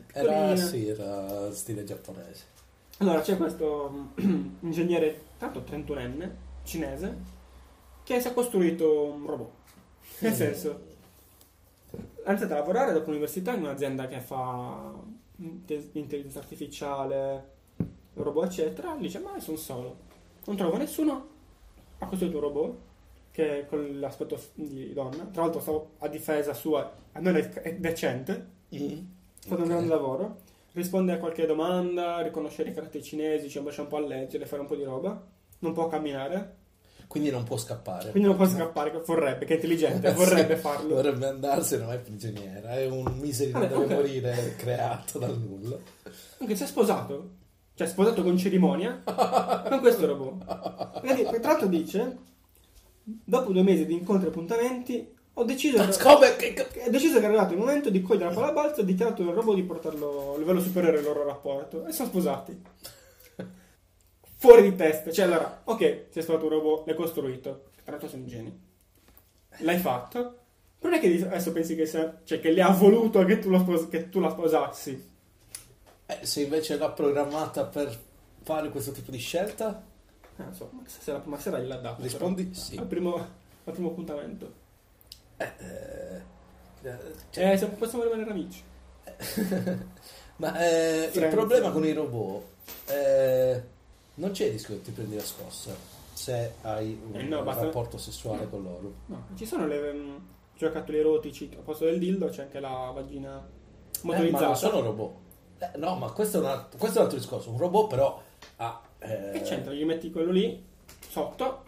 B: Era,
A: piccolina.
B: sì, era stile giapponese.
A: Allora c'è questo mm, ingegnere, tanto 31enne, cinese, che si è costruito un robot. Nel
B: Mm.
A: senso, è iniziato a lavorare dopo l'università in un'azienda che fa inte- intelligenza artificiale, robot eccetera, dice ma io sono solo, non trovo nessuno, ha costruito un robot che con l'aspetto f- di donna, tra l'altro stavo a difesa sua, almeno è è decente,
B: Mm.
A: è stato un grande lavoro. Risponde a qualche domanda, riconoscere i caratteri cinesi, ci lascia un po' a leggere, fare un po' di roba. Non può camminare,
B: Quindi non può scappare.
A: quindi non può scappare, che vorrebbe, che è intelligente,
B: Certo. Sì,
A: vorrebbe farlo.
B: Vorrebbe andarsene, ma è prigioniera. È un misero
A: Vabbè,
B: deve
A: ok.
B: morire creato dal nulla.
A: Anche si è sposato, cioè sposato con cerimonia, con questo robot. Quindi, Tra l'altro dice, dopo due mesi di incontri e appuntamenti, ho deciso...
B: Ma Come? Che- che-
A: Ho deciso che era arrivato il momento di cogliere la palla balza e ho dichiarato al robot di portarlo a livello superiore al loro rapporto. E sono sposati. Fuori di testa. Cioè, allora, ok, sei stato un robot, l'hai costruito. Tra l'altro sono geni. L'hai fatto. Però non è che dici- adesso pensi che, sia, cioè, che le ha voluto che tu, lo spos- che tu la sposassi.
B: Eh, se invece l'ha programmata per fare questo tipo di scelta?
A: Eh, non so, ma chissà se la prima sera gliel'ha dato. però.
B: Rispondi sì.
A: Al primo, al primo appuntamento.
B: Eh, eh, cioè,
A: Eh, se possiamo rimanere amici.
B: ma eh, il
A: Friends.
B: problema con i robot eh, non c'è il rischio che ti prendi la scossa se hai un
A: Eh no, basta-
B: rapporto sessuale con loro.
A: No, ci sono le mm, giocattoli erotici, a posto del dildo c'è anche la vagina
B: Eh, ma
A: motorizzata.
B: non sono robot. Eh, no, ma questo è, un alt- questo è un altro discorso. Un robot però ha... eh,
A: Che c'entra? Gli metti quello lì sotto,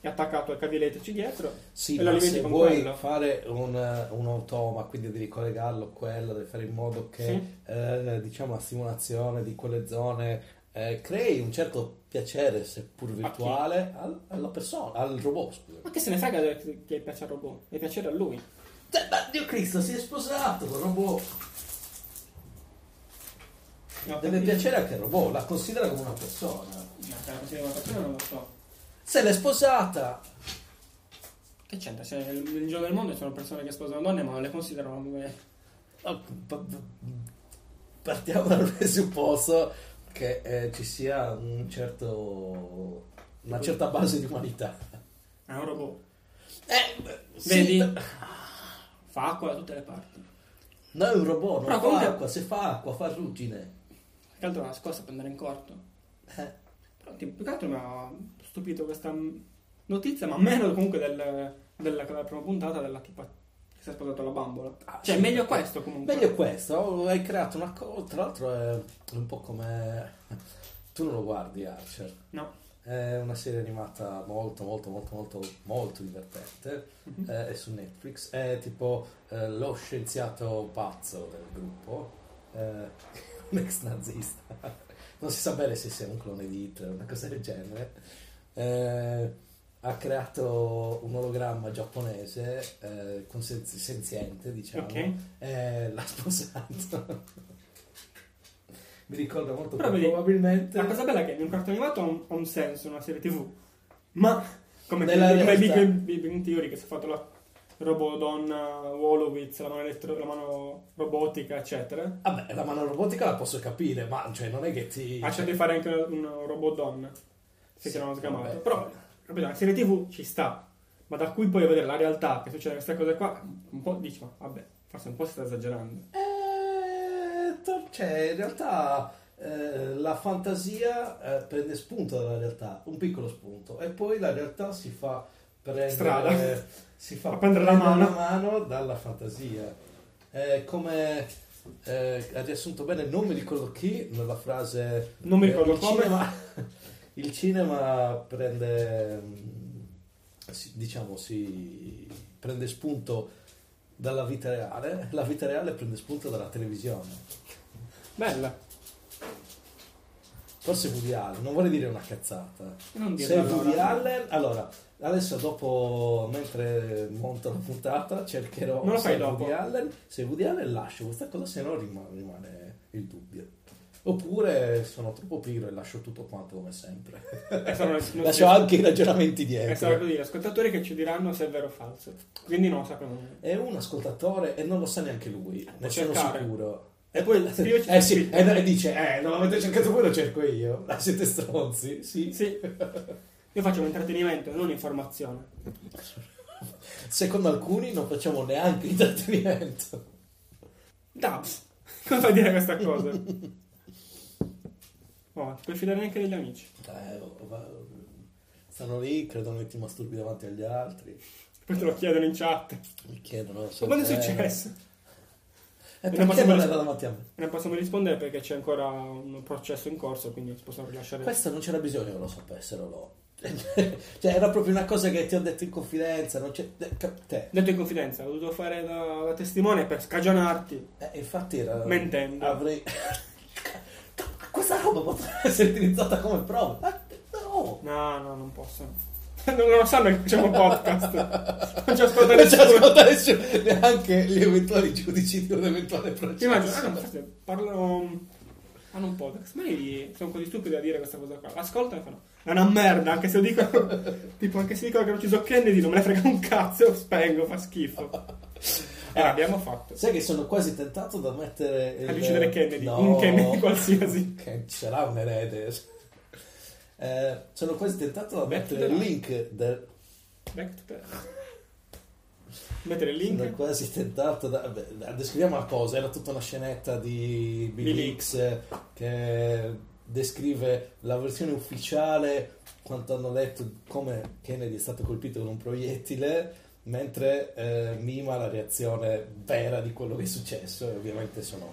A: è attaccato al cavi elettrici dietro.
B: Sì,
A: E lo
B: ma
A: alimenti
B: se
A: con
B: vuoi
A: quello.
B: fare un, eh, un automa, quindi devi collegarlo a quello, devi fare in modo che
A: Sì.
B: eh, diciamo la simulazione di quelle zone eh, crei un certo piacere, seppur virtuale, al- alla persona, al robot, scusa.
A: Ma che se ne frega del- che piace al robot? Deve piacere a lui.
B: Cioè, ma Dio Cristo, si è sposato col robot.
A: No,
B: Deve
A: perché-
B: piacere anche al robot, la considera come una persona.
A: No, se la consideri una persona non lo so.
B: Se l'è sposata!
A: Che c'entra? Cioè, nel, nel giro del mondo ci sono persone che sposano donne ma non le considerano come...
B: Oh, p- p- Partiamo dal presupposto che eh, ci sia un certo, una certa base di umanità.
A: È un robot.
B: Eh, beh, sì,
A: Vedi?
B: beh,
A: Fa acqua da tutte le parti.
B: no, è un robot, non
A: Però
B: fa
A: comunque-
B: acqua, se fa acqua fa ruggine.
A: Che altro una scossa per andare in corto.
B: Eh,
A: Però tipo, più che altro mi ha stupito questa mh, notizia, ma meno comunque del, della, della prima puntata della tipa che si è sposato la bambola.
B: Ah,
A: cioè,
B: sì,
A: meglio
B: perché-
A: questo comunque.
B: Meglio questo, oh, hai creato una cosa, tra l'altro è un po' come... Tu non lo guardi Archer,
A: No.
B: è una serie animata molto molto molto molto molto divertente,
A: Mhm.
B: eh, è su Netflix, è tipo eh, lo scienziato pazzo del gruppo, eh, un ex nazista, non si sa bene se sia un clone di Hitler, una cosa del genere, eh, ha creato un ologramma giapponese eh, con sen- senziente diciamo,
A: Ok.
B: eh, l'ha sposato. Mi ricorda molto
A: Però
B: che
A: vedi,
B: probabilmente
A: La cosa bella è che in un cartone animato ha un, ha un senso, una serie tv. Ma come
B: Nella
A: come Big,
B: realtà.
A: Big Bang Theory che si è fatto la robodonna, Wolowitz, la mano, elettro- la mano robotica, eccetera.
B: Vabbè, la mano robotica la posso capire, ma cioè, non è che ti.
A: Ha cercato di fare anche un, un robodonna, che
B: Sì,
A: si erano sgamato.
B: vabbè.
A: Però, capito, la serie tv ci sta. Ma da qui poi a vedere la realtà che succede queste cose qua, un po' dici, ma vabbè, forse un po' si sta esagerando.
B: cioè, Eh, to- cioè, in realtà eh, la fantasia eh, prende spunto dalla realtà, un piccolo spunto, e poi la realtà si fa prendere,
A: Strada.
B: Si fa
A: Fa prendere la
B: la mano dalla fantasia. Eh, come eh, ha riassunto bene, non mi ricordo chi, nella frase.
A: Non mi ricordo
B: il
A: come.
B: Cinema, il cinema prende. mm, si- diciamo, si prende spunto dalla vita reale, la vita reale prende spunto dalla televisione.
A: Bella.
B: Forse Woody Allen, non vorrei dire una cazzata.
A: Non
B: Se
A: dirlo
B: Woody
A: allora.
B: Allen, allora adesso dopo, mentre monto la puntata, cercherò
A: Non lo fai
B: se
A: dopo.
B: Woody Allen, se Woody Allen lascio questa cosa, se no rimane, rimane il dubbio. Oppure sono troppo pigro e lascio tutto quanto come sempre.
A: E sono le- le-
B: Lascio anche i ragionamenti
A: e saranno gli
B: dietro.
A: ascoltatori che ci diranno se è vero o falso. Quindi non lo sapremo noi.
B: È un ascoltatore e non lo sa neanche lui, ne sono
A: Eh, cercare.
B: sicuro.
A: E poi scriverci
B: Eh
A: su
B: sì,
A: Twitter.
B: e e dice, eh, non l'avete cercato voi, lo cerco io.
A: Ah,
B: Ma Siete stronzi, sì.
A: Sì. Io facciamo intrattenimento, non informazione.
B: Secondo alcuni non facciamo neanche intrattenimento.
A: Dubs. Come fai a dire questa cosa? Oh, ti puoi fidare neanche degli amici.
B: Eh, va- Stanno lì, credono che ti masturbi davanti agli altri,
A: Poi te lo chiedono in chat. Ma
B: mi chiedono... se-
A: quando è
B: eh,
A: successo?
B: E
A: Non
B: perché
A: possiamo
B: non era
A: rispondere.
B: davanti a me?
A: Non possiamo rispondere perché c'è ancora un processo in corso, quindi si possono rilasciare.
B: Questo non c'era bisogno che lo sapessero loro. cioè, era proprio una cosa che ti ho detto in confidenza, non c'è... eh, cap- Te.
A: Detto in confidenza, ho dovuto fare da, da testimone per scagionarti.
B: Eh, infatti era...
A: Mentendo.
B: Avrei... Questa roba potrebbe essere utilizzata come prova. Ma no!
A: No, no, non posso. non lo sanno che facciamo podcast. Non ci ascolta
B: Non ci
A: nessuno.
B: ascolta nessuno, neanche gli eventuali giudici di un eventuale
A: Ti immagino, ah,
B: processo.
A: no, forse parlano. mm, Hanno un podcast, ma io sono così stupido da dire questa cosa qua. L'ascoltano e fanno. È una merda, anche se dico. tipo, anche se dicono che hanno ucciso Kennedy, non me ne frega un cazzo, spengo, fa schifo. E l'abbiamo fatto.
B: Sai che sono quasi tentato da mettere...
A: Ad uccidere Kennedy, un Kennedy qualsiasi.
B: Che ci sarà un erede. Eh, sono quasi tentato da
A: Back
B: mettere
A: to
B: il
A: the
B: link del...
A: Back to the- Mettere il
B: Sono
A: link.
B: quasi tentato da... beh, descriviamo la cosa, era tutta una scenetta di Bilix eh, che descrive la versione ufficiale, quanto hanno letto, come Kennedy è stato colpito con un proiettile, mentre eh, mima la reazione vera di quello che è successo e ovviamente sono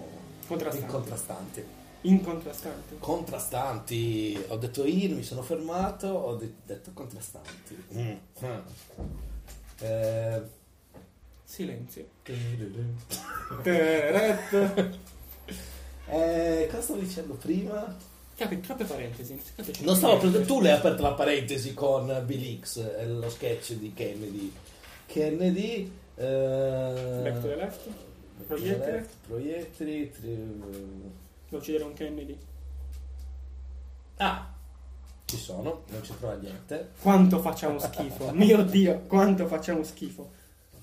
A: Contrastante.
B: incontrastanti.
A: Incontrastante.
B: Contrastanti, ho detto in, mi sono fermato, ho de- detto contrastanti. Mm. Eh,
A: Silenzio.
B: eh,
A: Tereret.
B: eh, cosa stavo dicendo prima?
A: Capi, troppe parentesi. Scusateci.
B: Non stavo prendendo. Tu l'hai aperta la parentesi con Bill X, eh, lo sketch di Kennedy. Kennedy. eh,
A: Back to the left. Proiettile.
B: Proiettili. tri- eh,
A: Da uccidere un Kennedy.
B: Ah, ci sono, non ci trova niente.
A: Quanto facciamo schifo. Mio Dio, quanto facciamo schifo.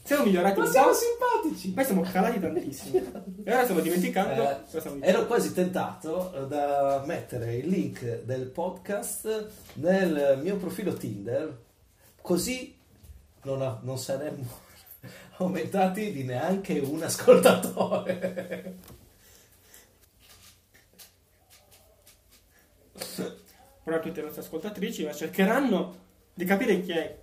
A: Siamo migliorati
B: Ma
A: un
B: siamo
A: po',
B: simpatici!
A: Poi siamo calati tantissimo. E ora stiamo dimenticando.
B: Eh,
A: cosa stiamo dicendo?
B: Ero quasi tentato eh, da mettere il link del podcast nel mio profilo Tinder, così non, a- non saremmo aumentati di neanche un ascoltatore.
A: Ora tutte le nostre ascoltatrici ma cercheranno di capire chi è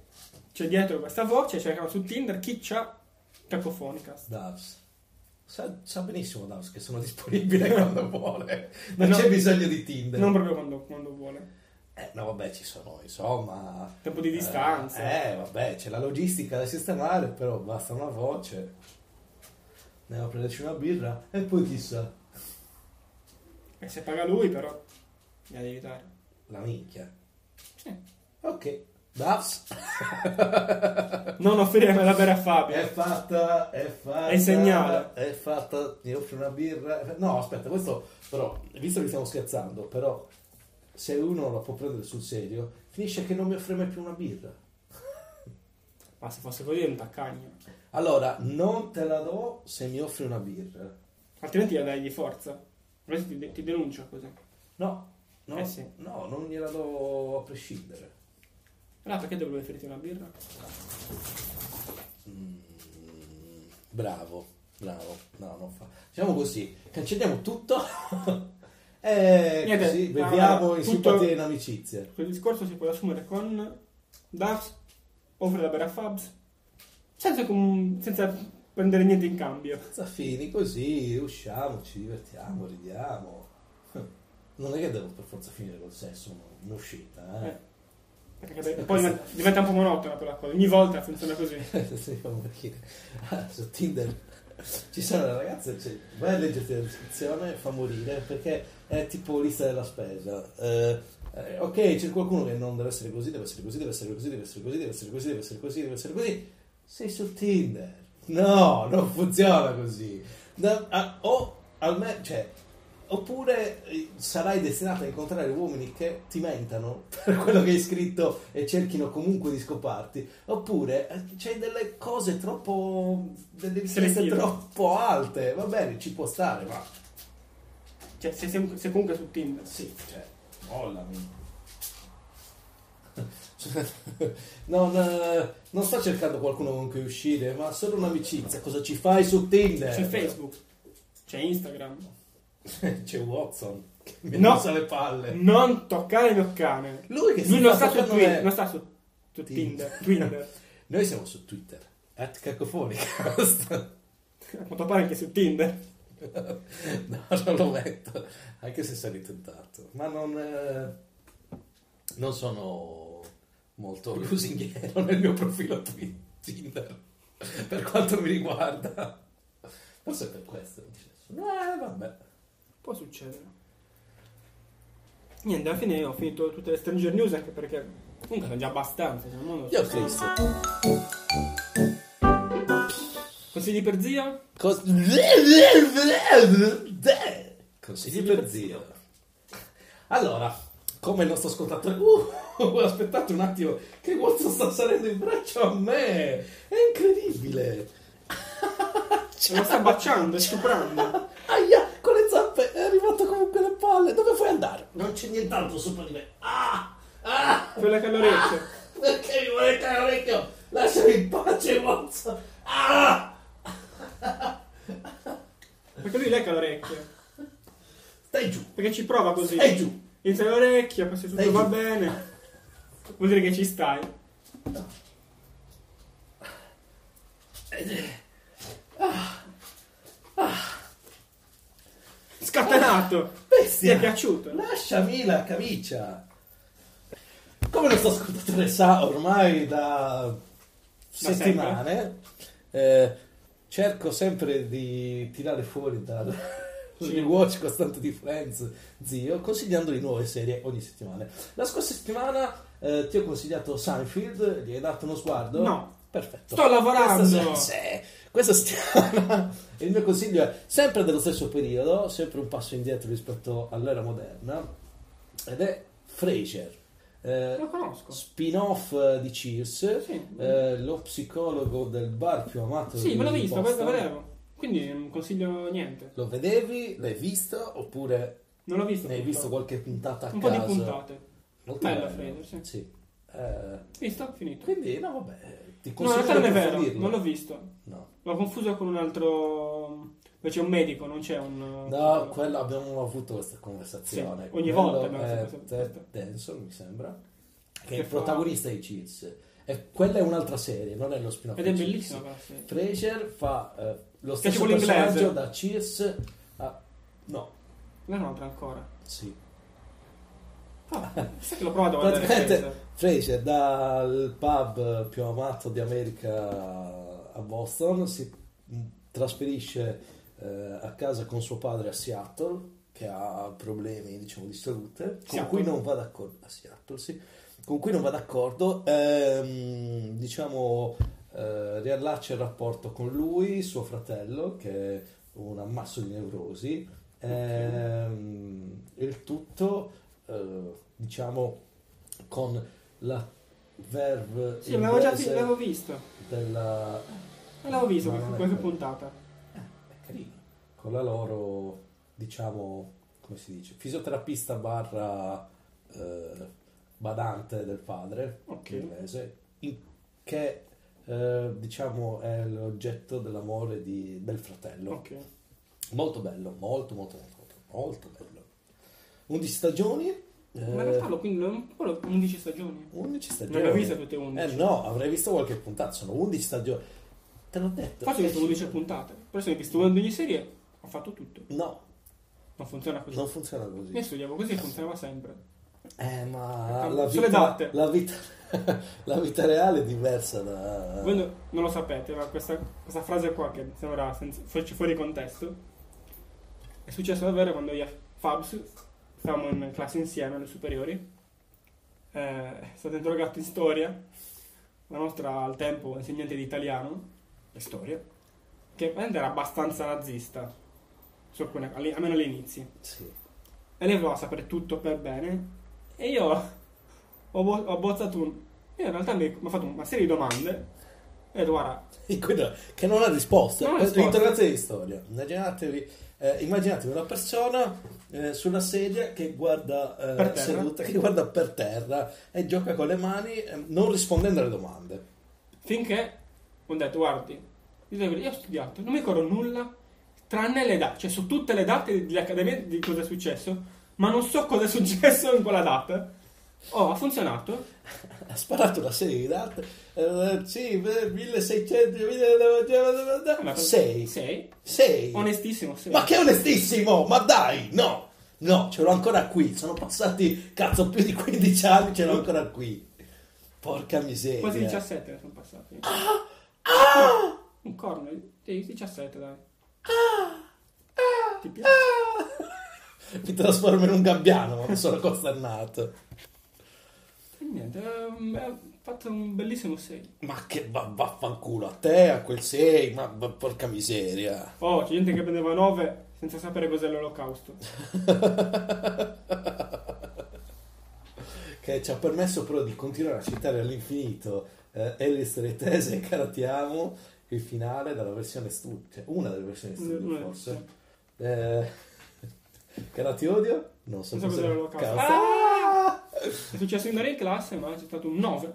A: c'è dietro questa voce, cercano su Tinder chi c'ha Cacofonicast.
B: Davs. Sa, sa benissimo Davs che sono disponibile quando vuole, non
A: No.
B: c'è bisogno di Tinder.
A: Non proprio quando, quando vuole.
B: Eh, no, vabbè, ci sono, insomma.
A: Tempo di distanza.
B: Eh, eh, vabbè, c'è la logistica da sistemare, però basta una voce. Andiamo a prenderci una birra e poi chissà.
A: E se paga lui però, mi ha di evitare.
B: La minchia.
A: Sì.
B: Ok. Davs
A: Non offrire da bere a Fabio.
B: è fatta, è fatta.
A: È il segnale.
B: È fatta, mi offri una birra. No, aspetta, questo però, visto che stiamo scherzando, però se uno la può prendere sul serio, finisce che non mi offre mai più una birra.
A: Ma se fosse così è un taccagno.
B: Allora, non te la do se mi offri una birra.
A: Altrimenti la dai di forza. Invece ti, ti denuncio così.
B: No, no,
A: Eh sì.
B: no, non gliela do a prescindere.
A: Allora perché dovevo offrirti una birra?
B: Mm, bravo, bravo. No, non fa. Diciamo così, cancelliamo tutto e
A: Niente,
B: così
A: allora,
B: vediamo in
A: tutto-
B: simpatia e in amicizia.
A: Quel discorso si può assumere con Davs, offre da bere a Fabs, senza, com- senza prendere niente in cambio.
B: Zaffini, così usciamo, ci divertiamo, ridiamo. Non è che devo per forza finire col sesso un- un'uscita, eh.
A: Perché beh, poi diventa- diventa un po' monotona quella cosa, ogni volta funziona così.
B: Sì, fa morire. Ah, su Tinder ci sono le ragazze, cioè, vai a leggerti la descrizione, fa morire perché è tipo lista della spesa. Eh, eh, ok, c'è qualcuno che non deve essere così, deve essere così, deve essere così, deve essere così, deve essere così, deve essere così, deve essere così. Sei su Tinder. No, non funziona così. No, ah, o almeno, cioè, Oppure eh, sarai destinata a incontrare uomini che ti mentano per quello che hai scritto e cerchino comunque di scoparti. Oppure eh, c'è delle cose troppo. delle richieste
A: Selettive.
B: troppo alte. Va bene, ci può stare, ma.
A: Cioè, se, se- se comunque su Tinder.
B: Sì, cioè. Mollami. non, eh, non sto cercando qualcuno con cui uscire, ma solo un'amicizia. Cosa ci fai su Tinder?
A: C'è Facebook, c'è Instagram.
B: C'è Watson. Che mi
A: No.
B: alza le palle.
A: Non toccare il mio cane.
B: Lui che
A: Lui
B: si
A: non
B: fa
A: sta su
B: secondo me-
A: Twitter, non sta su, su
B: Tinder.
A: Tinder. Twinder.
B: Noi siamo su Twitter, at cacofonicast.
A: A quanto pare anche su Tinder.
B: no, non lo metto, anche se sarei tentato. Ma non, eh, non sono molto lusinghiero nel mio profilo Twi- Tinder, per quanto mi riguarda. Forse è per questo. No, eh, vabbè.
A: Può succedere. Niente, alla fine ho finito tutte le Stranger News anche perché comunque sono già abbastanza. Cioè, non lo so.
B: Io Cristo.
A: Consigli per zia?
B: Cos- Consigli per zio. Allora, come il nostro ascoltatore... Uh, aspettate un attimo, che Watson sta salendo in braccio a me! È incredibile!
A: Ce lo Cioè, sta baciando, e stuprando.
B: Aia, con le zappe è arrivato comunque le palle! Dove vuoi andare? Non c'è nient'altro sopra di me. Ah! Ah!
A: Quella che ha l'orecchio.
B: Perché mi volete l'orecchio? Lasciami in pace, mozzo! Ah!
A: Perché lui lecca l'orecchio.
B: Stai giù,
A: Perché ci prova così.
B: stai giù!
A: Inizia l'orecchio, poi se tutto
B: Stai
A: va
B: giù.
A: bene. Vuol dire che ci stai. Scatenato! Ti
B: Bestia!
A: è piaciuto?
B: eh. Lasciami la camicia! Come il nostro ascoltatore sa ah, ormai da settimane, eh, cerco sempre di tirare fuori dal
A: Sì.
B: rewatch costante di Friends, zio, consigliandogli nuove serie ogni settimana. La scorsa settimana eh, ti ho consigliato Seinfeld, gli hai dato uno sguardo?
A: No.
B: Perfetto.
A: Sto lavorando.
B: Questa, se- questa settimana il mio consiglio è sempre dello stesso periodo, sempre un passo indietro rispetto all'era moderna, ed è Frasier. Eh,
A: Lo conosco.
B: Spin-off eh, di Cheers,
A: Sì.
B: eh, lo psicologo del bar più amato
A: Sì,
B: di
A: me l'ho visto,
B: Boston.
A: questo volevo. Quindi non consiglio niente.
B: Lo vedevi, l'hai visto oppure
A: Non l'ho visto.
B: ne hai
A: tutto.
B: visto qualche puntata a
A: Un po'
B: caso?
A: di puntate.
B: Molto
A: Bella
B: bello.
A: Fraser, sì.
B: Sì. Eh,
A: Visto? Finito.
B: quindi, no, vabbè, ti
A: No, in
B: consiglio
A: realtà non
B: di
A: è vero,
B: approfondirlo.
A: non l'ho visto.
B: No,
A: L'ho confuso con un altro... Dove c'è un medico, non c'è un...
B: no quello abbiamo avuto questa conversazione.
A: Sì, ogni
B: Quello
A: volta abbiamo
B: è
A: fatto questa-
B: Ted
A: questa.
B: Danson, mi sembra, che,
A: Che
B: è il
A: fa-
B: protagonista di Cheers. E quella è un'altra serie, non è lo spin-off
A: Ed è
B: di Cheers.
A: bellissima quella serie.
B: Fraser fa eh, lo
A: Che ci
B: stesso
A: vuole inglese.
B: personaggio da Cheers a... No,
A: Non è un'altra ancora.
B: sì.
A: Ah, sai che l'ho provato a guardare
B: Praticamente
A: questa.
B: Fraser dal pub più amato di America a Boston si mh, trasferisce eh, a casa con suo padre a Seattle che ha problemi diciamo di salute con
A: Seattle?
B: cui non va d'accordo a Seattle sì con cui non va d'accordo ehm, diciamo eh, riallaccia il rapporto con lui suo fratello che è un ammasso di nevrosi ehm, il tutto eh, diciamo con la verve
A: Sì, l'avevo già
B: inglese
A: visto, l'avevo visto.
B: della
A: Eh, L'avevo visto
B: Ma
A: qualche,
B: non è
A: qualche
B: quello.
A: puntata.
B: è carino. con la loro diciamo come si dice fisioterapista barra eh, badante del padre
A: Ok.
B: inglese in- che eh, diciamo è l'oggetto dell'amore di- del fratello
A: Ok.
B: molto bello molto molto molto molto bello 11 stagioni
A: Ma in
B: eh,
A: realtà l'ho quindi l'ho un po' l'ho- 11 stagioni.
B: 11 stagioni
A: Non l'ho vista tutte e 11.
B: Eh no, avrei visto qualche puntata, sono 11 stagioni. Te l'ho detto.
A: Infatti ho visto 11 puntate. Però se ho visto una di ogni serie, ho fatto tutto.
B: No,
A: Non funziona così.
B: non funziona così.
A: Io studiavo così e funzionava sempre.
B: Eh, ma
A: Sono
B: la
A: le
B: vita,
A: date.
B: la vita, la vita reale è diversa da...
A: Voi no- non lo sapete, ma questa, questa frase qua che sembra senza, fuori, fuori contesto è successa davvero quando io e Fabs stavamo in classe insieme alle superiori. Eh, è stato interrogato in storia la nostra al tempo insegnante di italiano e storia, che praticamente era abbastanza nazista, su alcune- alle- almeno agli inizi.
B: Sì.
A: E lei voleva sapere tutto per bene. E io ho, bo- ho bozzato un. Io in realtà mi, mi ho fatto una serie di domande. E ho detto, guarda,
B: E quello che non ha risposta.
A: Non ha
B: Eh,
A: risposta.
B: Interrogazione di storia. Immaginatevi, eh, immaginatevi una persona eh, sulla sedia che guarda eh,
A: Per terra.
B: seduta, che guarda per terra e gioca con le mani eh, non rispondendo alle domande.
A: finché ho detto, guardi, io devo- io ho studiato, non mi ricordo nulla, tranne le date, cioè su tutte le date dell'accademia di cosa è successo, ma non so cosa è successo in quella data. Oh, ha funzionato.
B: ha sparato una serie di date eh, sì beh, 1600 6
A: Sei.
B: 6
A: Onestissimo, sei.
B: ma che onestissimo ma dai no no ce l'ho ancora qui sono passati cazzo più di 15 anni ce l'ho ancora qui porca miseria
A: Quasi 17 sono passati.
B: Ah,
A: Un corno, sì, 17 dai. Ti piace?
B: Ah! mi trasformo in un gabbiano ma sono costernato
A: E niente, ehm, ha fatto un bellissimo 6.
B: ma che va- vaffanculo a te a quel 6 ma ma porca miseria
A: Oh, c'è gente che prendeva 9 senza sapere cos'è l'olocausto.
B: che ci ha permesso però di continuare a citare all'infinito eh, Ellis Retese e Karatiamo il finale della versione studio, cioè una delle versioni studio
A: Mm,
B: forse.
A: sì.
B: Eh, Karati odio? Non so
A: Non so
B: cos'è
A: cos'è l'olocausto.
B: Cazzo.
A: È successo in varie in classe, ma c'è stato un 9.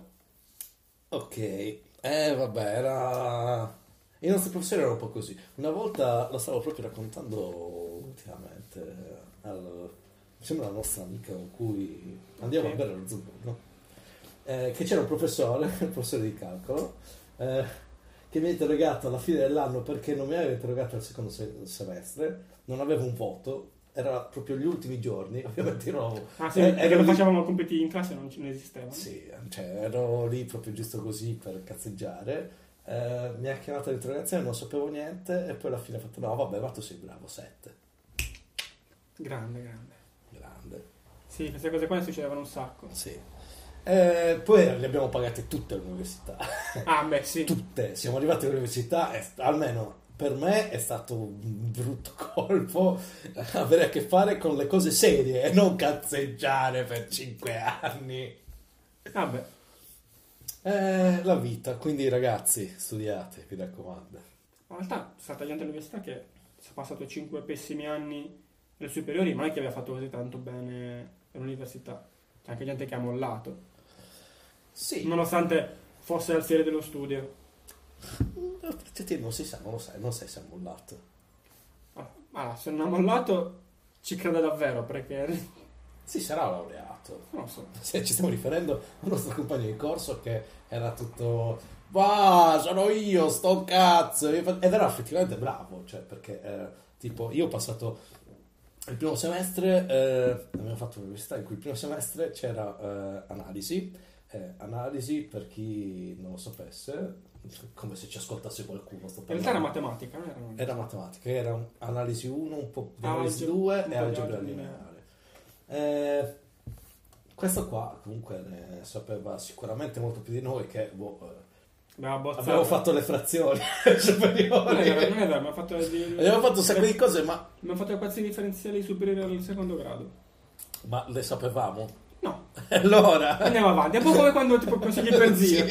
B: Ok, eh vabbè, era... I nostri professori erano un po' così. Una volta lo stavo proprio raccontando ultimamente al... mi sembra la nostra amica con cui andiamo
A: Ok.
B: a bere lo zucchero, Eh, che c'era un professore, un professore di calcolo, eh, che mi ha interrogato alla fine dell'anno perché non mi aveva interrogato al secondo se- semestre, non avevo un voto, era proprio gli ultimi giorni, ovviamente io non avevo
A: Ah, sì,
B: Eh,
A: perché
B: ero
A: lo
B: lì-
A: facevamo a compiti in classe non, ce ne esisteva.
B: Sì, cioè, ero lì proprio giusto così per cazzeggiare. Eh, mi ha chiamato l'interrogazione, non sapevo niente, e poi alla fine ha fatto: No, vabbè, ma tu sei bravo, 7.
A: Grande, grande.
B: Grande,
A: Sì, queste cose qua ne succedevano un sacco.
B: sì. Eh, poi le abbiamo pagate tutte all'università.
A: Ah, beh, sì.
B: Tutte. Siamo arrivati all'università, e, almeno per me è stato un brutto colpo avere a che fare con le cose serie e non cazzeggiare per 5 anni.
A: Ah, beh.
B: Eh, la vita, quindi ragazzi, studiate, vi raccomando.
A: In realtà c'è stata gente all'università che si è passato 5 pessimi anni alle superiori, ma non è che aveva fatto così tanto bene all'università. C'è anche gente che ha mollato,
B: Sì,
A: nonostante fosse al serio dello studio.
B: Te non si sa, non lo sai, non sai se ha mollato.
A: Ah, se non ha mollato ci crede davvero, perché
B: Si sarà laureato.
A: non lo so.
B: Se ci stiamo riferendo al nostro compagno di corso che era tutto... Ma sono io, sto cazzo! Ed era effettivamente bravo, cioè perché eh, tipo io ho passato il primo semestre, eh, abbiamo fatto un'università in cui il primo semestre c'era eh, analisi, eh, analisi per chi non lo sapesse, come se ci ascoltasse qualcuno. Sto
A: In realtà era
B: parlando.
A: matematica, non era
B: Era matematica, era un- analisi 1, un po' di
A: Ah,
B: analisi
A: alge-
B: 2
A: un
B: e
A: po' di
B: algebra
A: algebra
B: lineare. Eh, questo qua comunque ne sapeva sicuramente molto più di noi che boh, eh,
A: Abbiamo abbozzato.
B: abbiamo fatto le frazioni
A: Non è vero,
B: superiori.
A: non è vero, abbiamo fatto, di...
B: Abbiamo fatto un sacco di cose, ma,
A: abbiamo fatto equazioni differenziali superiori al secondo grado.
B: ma le sapevamo.
A: No,
B: Allora,
A: andiamo avanti. È un po' come quando tipo consigli per zio.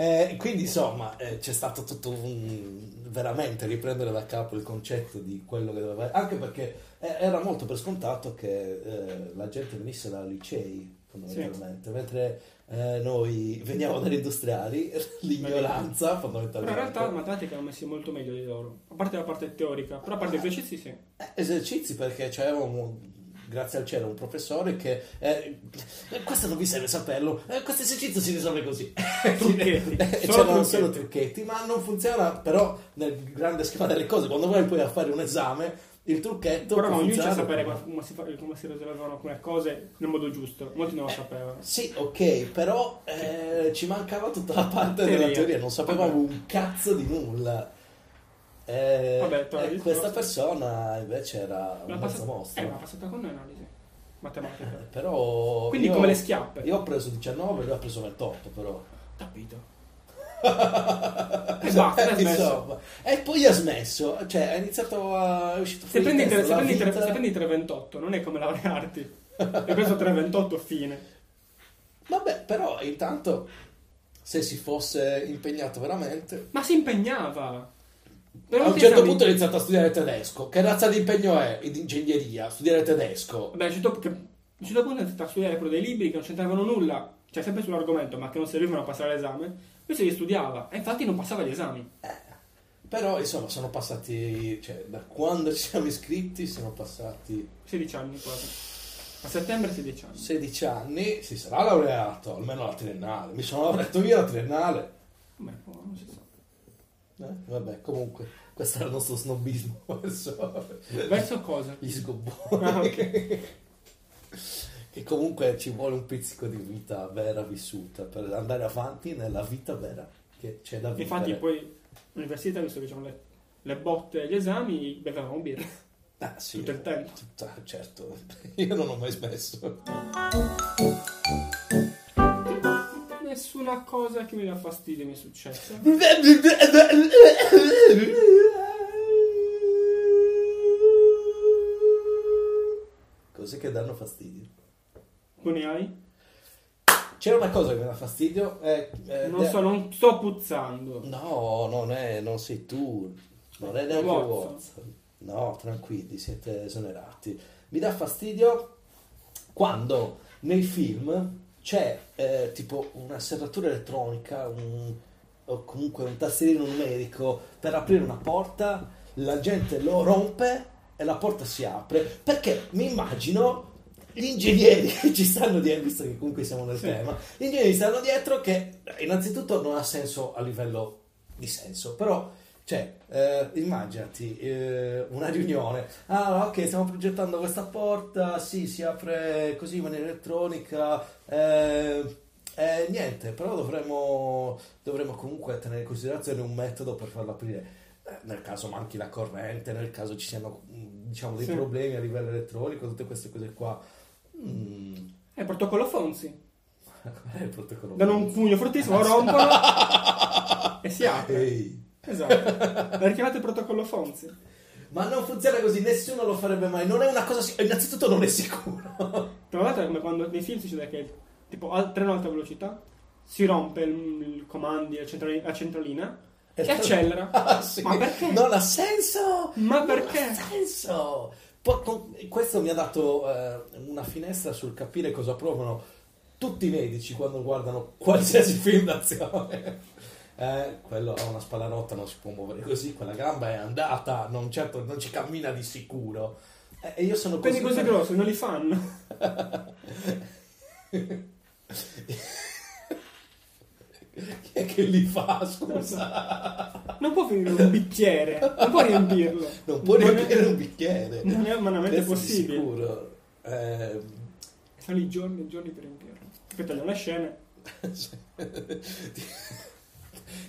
B: Eh, quindi insomma eh, c'è stato tutto un veramente riprendere da capo il concetto di quello che doveva anche perché eh, era molto per scontato che eh, la gente venisse da licei fondamentalmente mentre eh, noi veniamo dagli industriali l'ignoranza
A: Però in
B: fondamentalmente
A: realtà la matematica hanno messi molto meglio di loro, a parte la parte teorica, però a parte gli esercizi sì.
B: Eh, esercizi perché c'era un grazie al cielo un professore che eh, questo non vi serve saperlo eh, questo esercizio si risolve così
A: Trucchetti,
B: Eh,
A: solo
B: c'erano
A: trucchetti.
B: solo trucchetti, ma non funziona però nel grande schema delle cose. Quando vai poi a fare un esame, il trucchetto.
A: Però
B: può
A: ognuno c'è a
B: funzionare.
A: sapere come si, fa- come si risolvevano alcune cose nel modo giusto, molti
B: Eh.
A: non lo sapevano.
B: Sì, ok, però eh, ci mancava tutta la parte della
A: Teoria.
B: teoria, non sapevamo
A: Vabbè.
B: un cazzo di nulla. Eh,
A: Vabbè, togli
B: eh,
A: il
B: questa
A: posto.
B: persona invece era un
A: L'ha
B: mezzo
A: passata, eh, l'ha
B: mostro.
A: passata con noi analisi matematica.
B: Però
A: Quindi
B: io-
A: come le schiappe.
B: Io ho preso 19, lui ha preso 28 però.
A: Capito. e basta,
B: Eh,
A: hai smesso.
B: insomma. E poi ha smesso, cioè ha iniziato a... È uscito
A: Se
B: fuori
A: prendi,
B: di
A: tre- se,
B: testa la
A: prendi tre-
B: vita.
A: se prendi 328 non è come laurearti. Hai preso 328 fine.
B: Vabbè, però intanto se si fosse impegnato veramente...
A: Ma si impegnava.
B: a un certo punto ha iniziato a studiare tedesco. Che razza di impegno è in ingegneria? Studiare tedesco.
A: Vabbè, a un certo, che, a un certo punto è iniziato a studiare quello dei libri che non c'entravano nulla, cioè sempre sull'argomento, ma che non servivano a passare l'esame. Lui se li studiava, e infatti non passava gli esami.
B: Però insomma sono passati... Cioè da quando ci siamo iscritti sono passati
A: 16 anni quasi. A settembre 16 anni.
B: 16 anni. Si sarà laureato, almeno alla triennale. Mi sono laureato io alla triennale.
A: Vabbè, boh, non si sa.
B: Eh, vabbè, comunque, questo era il nostro snobismo verso
A: Verso cosa?
B: gli
A: Ah,
B: sgobboni. Che comunque ci vuole un pizzico di vita vera vissuta per andare avanti nella vita vera che c'è da vivere.
A: Infatti poi all'università, visto che c'erano le, le botte e gli esami, bevevamo birra.
B: Ah, sì,
A: tutto il tempo.
B: tutta- certo, io non ho mai smesso.
A: Nessuna cosa che mi dà fastidio mi è successa.
B: Cose che danno fastidio.
A: Tu ne hai?
B: C'era una cosa che mi dà fastidio. eh, eh,
A: Non so, non sto puzzando.
B: No, non, è, non sei tu, non è neanche
A: Watson.
B: Watson. No, tranquilli, siete esonerati. Mi dà fastidio Quando nei film c'è eh, tipo una serratura elettronica, un- o comunque un tastierino numerico per aprire una porta, la gente lo rompe e la porta si apre. Perché mi immagino gli ingegneri che ci stanno dietro, visto che comunque siamo nel
A: Sì.
B: tema, gli ingegneri stanno dietro che eh, innanzitutto non ha senso a livello di senso, però cioè, eh, immaginati eh, una riunione. Ah, ok, stiamo progettando questa porta. Sì, si apre così in maniera elettronica. eh, eh, niente, però dovremmo, dovremmo comunque tenere in considerazione un metodo per farla aprire. Eh, Nel caso manchi la corrente, nel caso ci siano mh, diciamo dei
A: Sì.
B: problemi a livello elettronico, tutte queste cose qua. Mm,
A: È il protocollo Fonzi.
B: qual è il protocollo?
A: Danno un pugno fortissimo, rompono e si apre.
B: Eh, Ehi.
A: Esatto. L'ha richiamato il protocollo Fonzi.
B: Ma non funziona così, nessuno lo farebbe mai. Non è una cosa. sic- Innanzitutto, non è sicuro.
A: Tra l'altro è come quando nei film succede che tipo al treno ad alta velocità si rompe il, il comandi, la, centrali- la centralina
B: Eh,
A: e accelera.
B: Ah, sì.
A: Ma perché?
B: Non ha senso!
A: Ma
B: Non ha
A: perché?
B: senso! Po- con- questo mi ha dato eh, una finestra sul capire cosa provano tutti i medici quando guardano qualsiasi film d'azione. Eh, quello ha una spalla rotta, non si può muovere così, quella gamba è andata, non, certo, non ci cammina di sicuro. Eh, E io sono
A: Quindi
B: così...
A: cose grosse non li fanno.
B: Chi è che li fa, scusa?
A: Non può finire un bicchiere, non può riempirlo.
B: Non può
A: è-
B: riempire un bicchiere.
A: Non è umanamente
B: Questo di
A: possibile.
B: Sicuro. Eh,
A: Sono i giorni e giorni per riempirlo. Poi tagliano le scene.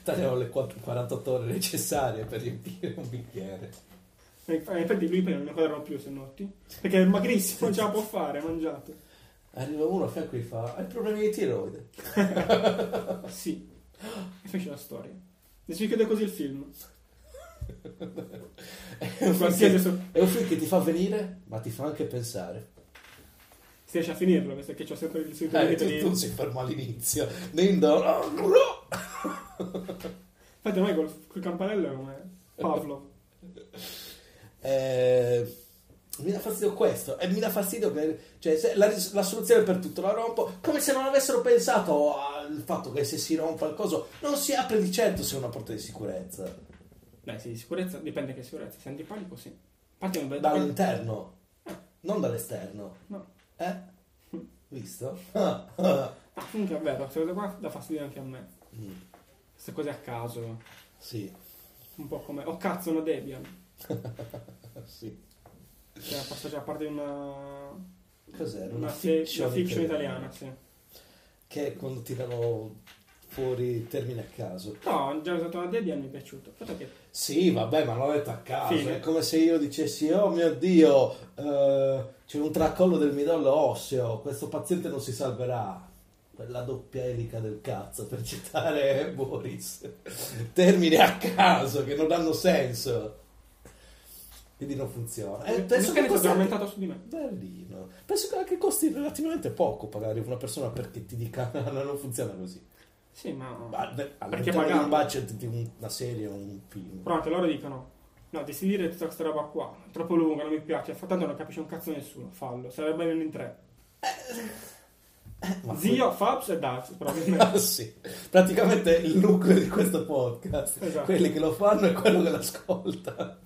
B: Tagliamo le 4 48 ore necessarie per riempire un bicchiere.
A: E inf- e infatti lui poi non ne quadrano più se notti. Perché è magrissimo, non ce la può fare, ha mangiato.
B: Arriva uno a fianco e fa: Hai problemi di tiroide?
A: Sì. E fece una storia. E si chiude così il film.
B: È un, film
A: Qualsiasi
B: che,
A: so-
B: è un film che ti fa venire, ma ti fa anche pensare.
A: Si riesce a finirlo, visto che c'ho sempre il suo
B: Eh,
A: ingrediente
B: tu,
A: di...
B: tu sei fermo all'inizio. Nindor. "Oh, no!"
A: Infatti ormai col, col campanello è come Pavlov.
B: Eh, mi dà fastidio questo. E mi dà fastidio che. Cioè, se la, ris- la soluzione per tutto la rompo. Come se non avessero pensato al fatto che se si rompa il coso non si apre di certo se è una porta di sicurezza.
A: Dai, sì, sicurezza, dipende che sicurezza. Se è antipanico, sì. Partiamo da...
B: Dall'interno, non dall'esterno.
A: No.
B: Eh? Visto?
A: Ah, comunque è vero, questa cosa qua dà fastidio anche a me.
B: Mm,
A: Queste cose a caso.
B: sì,
A: Un po' come... Oh cazzo, una Debian.
B: sì.
A: Cioè, passa già a parte di una...
B: Cos'era?
A: Una, fi- una fiction
B: italiana.
A: italiana, sì.
B: Che quando tirano fuori termini a caso.
A: No, ho già usato una Debian, mi è piaciuto. Aspetta che...
B: Sì, vabbè, ma l'ho detto a caso.
A: Fine.
B: È come se io dicessi: Oh mio dio, eh, c'è un tracollo del midollo osseo. Questo paziente non si salverà. Quella doppia elica del cazzo, per citare Boris. Termini a caso che non hanno senso. Quindi non funziona. E
A: Eh,
B: penso che
A: che
B: costi
A: è
B: anche...
A: aumentato su di me.
B: Berlino. Penso che anche costi relativamente poco pagare una persona perché ti dica: "No, no, non funziona così.
A: Sì, ma...
B: Ma all'interno di
A: pagare?
B: un budget di un- una serie o un film.
A: Però anche loro dicono... No, decidere tutta questa roba qua, troppo lunga, non mi piace, fa- tanto non capisce un cazzo nessuno, fallo, sarebbe bene in tre.
B: Eh, Ma
A: Zio, Fabs e Daz, probabilmente.
B: Ah, sì. Praticamente il nucleo di questo podcast,
A: Esatto.
B: quelli che lo fanno e quello che l'ascolta.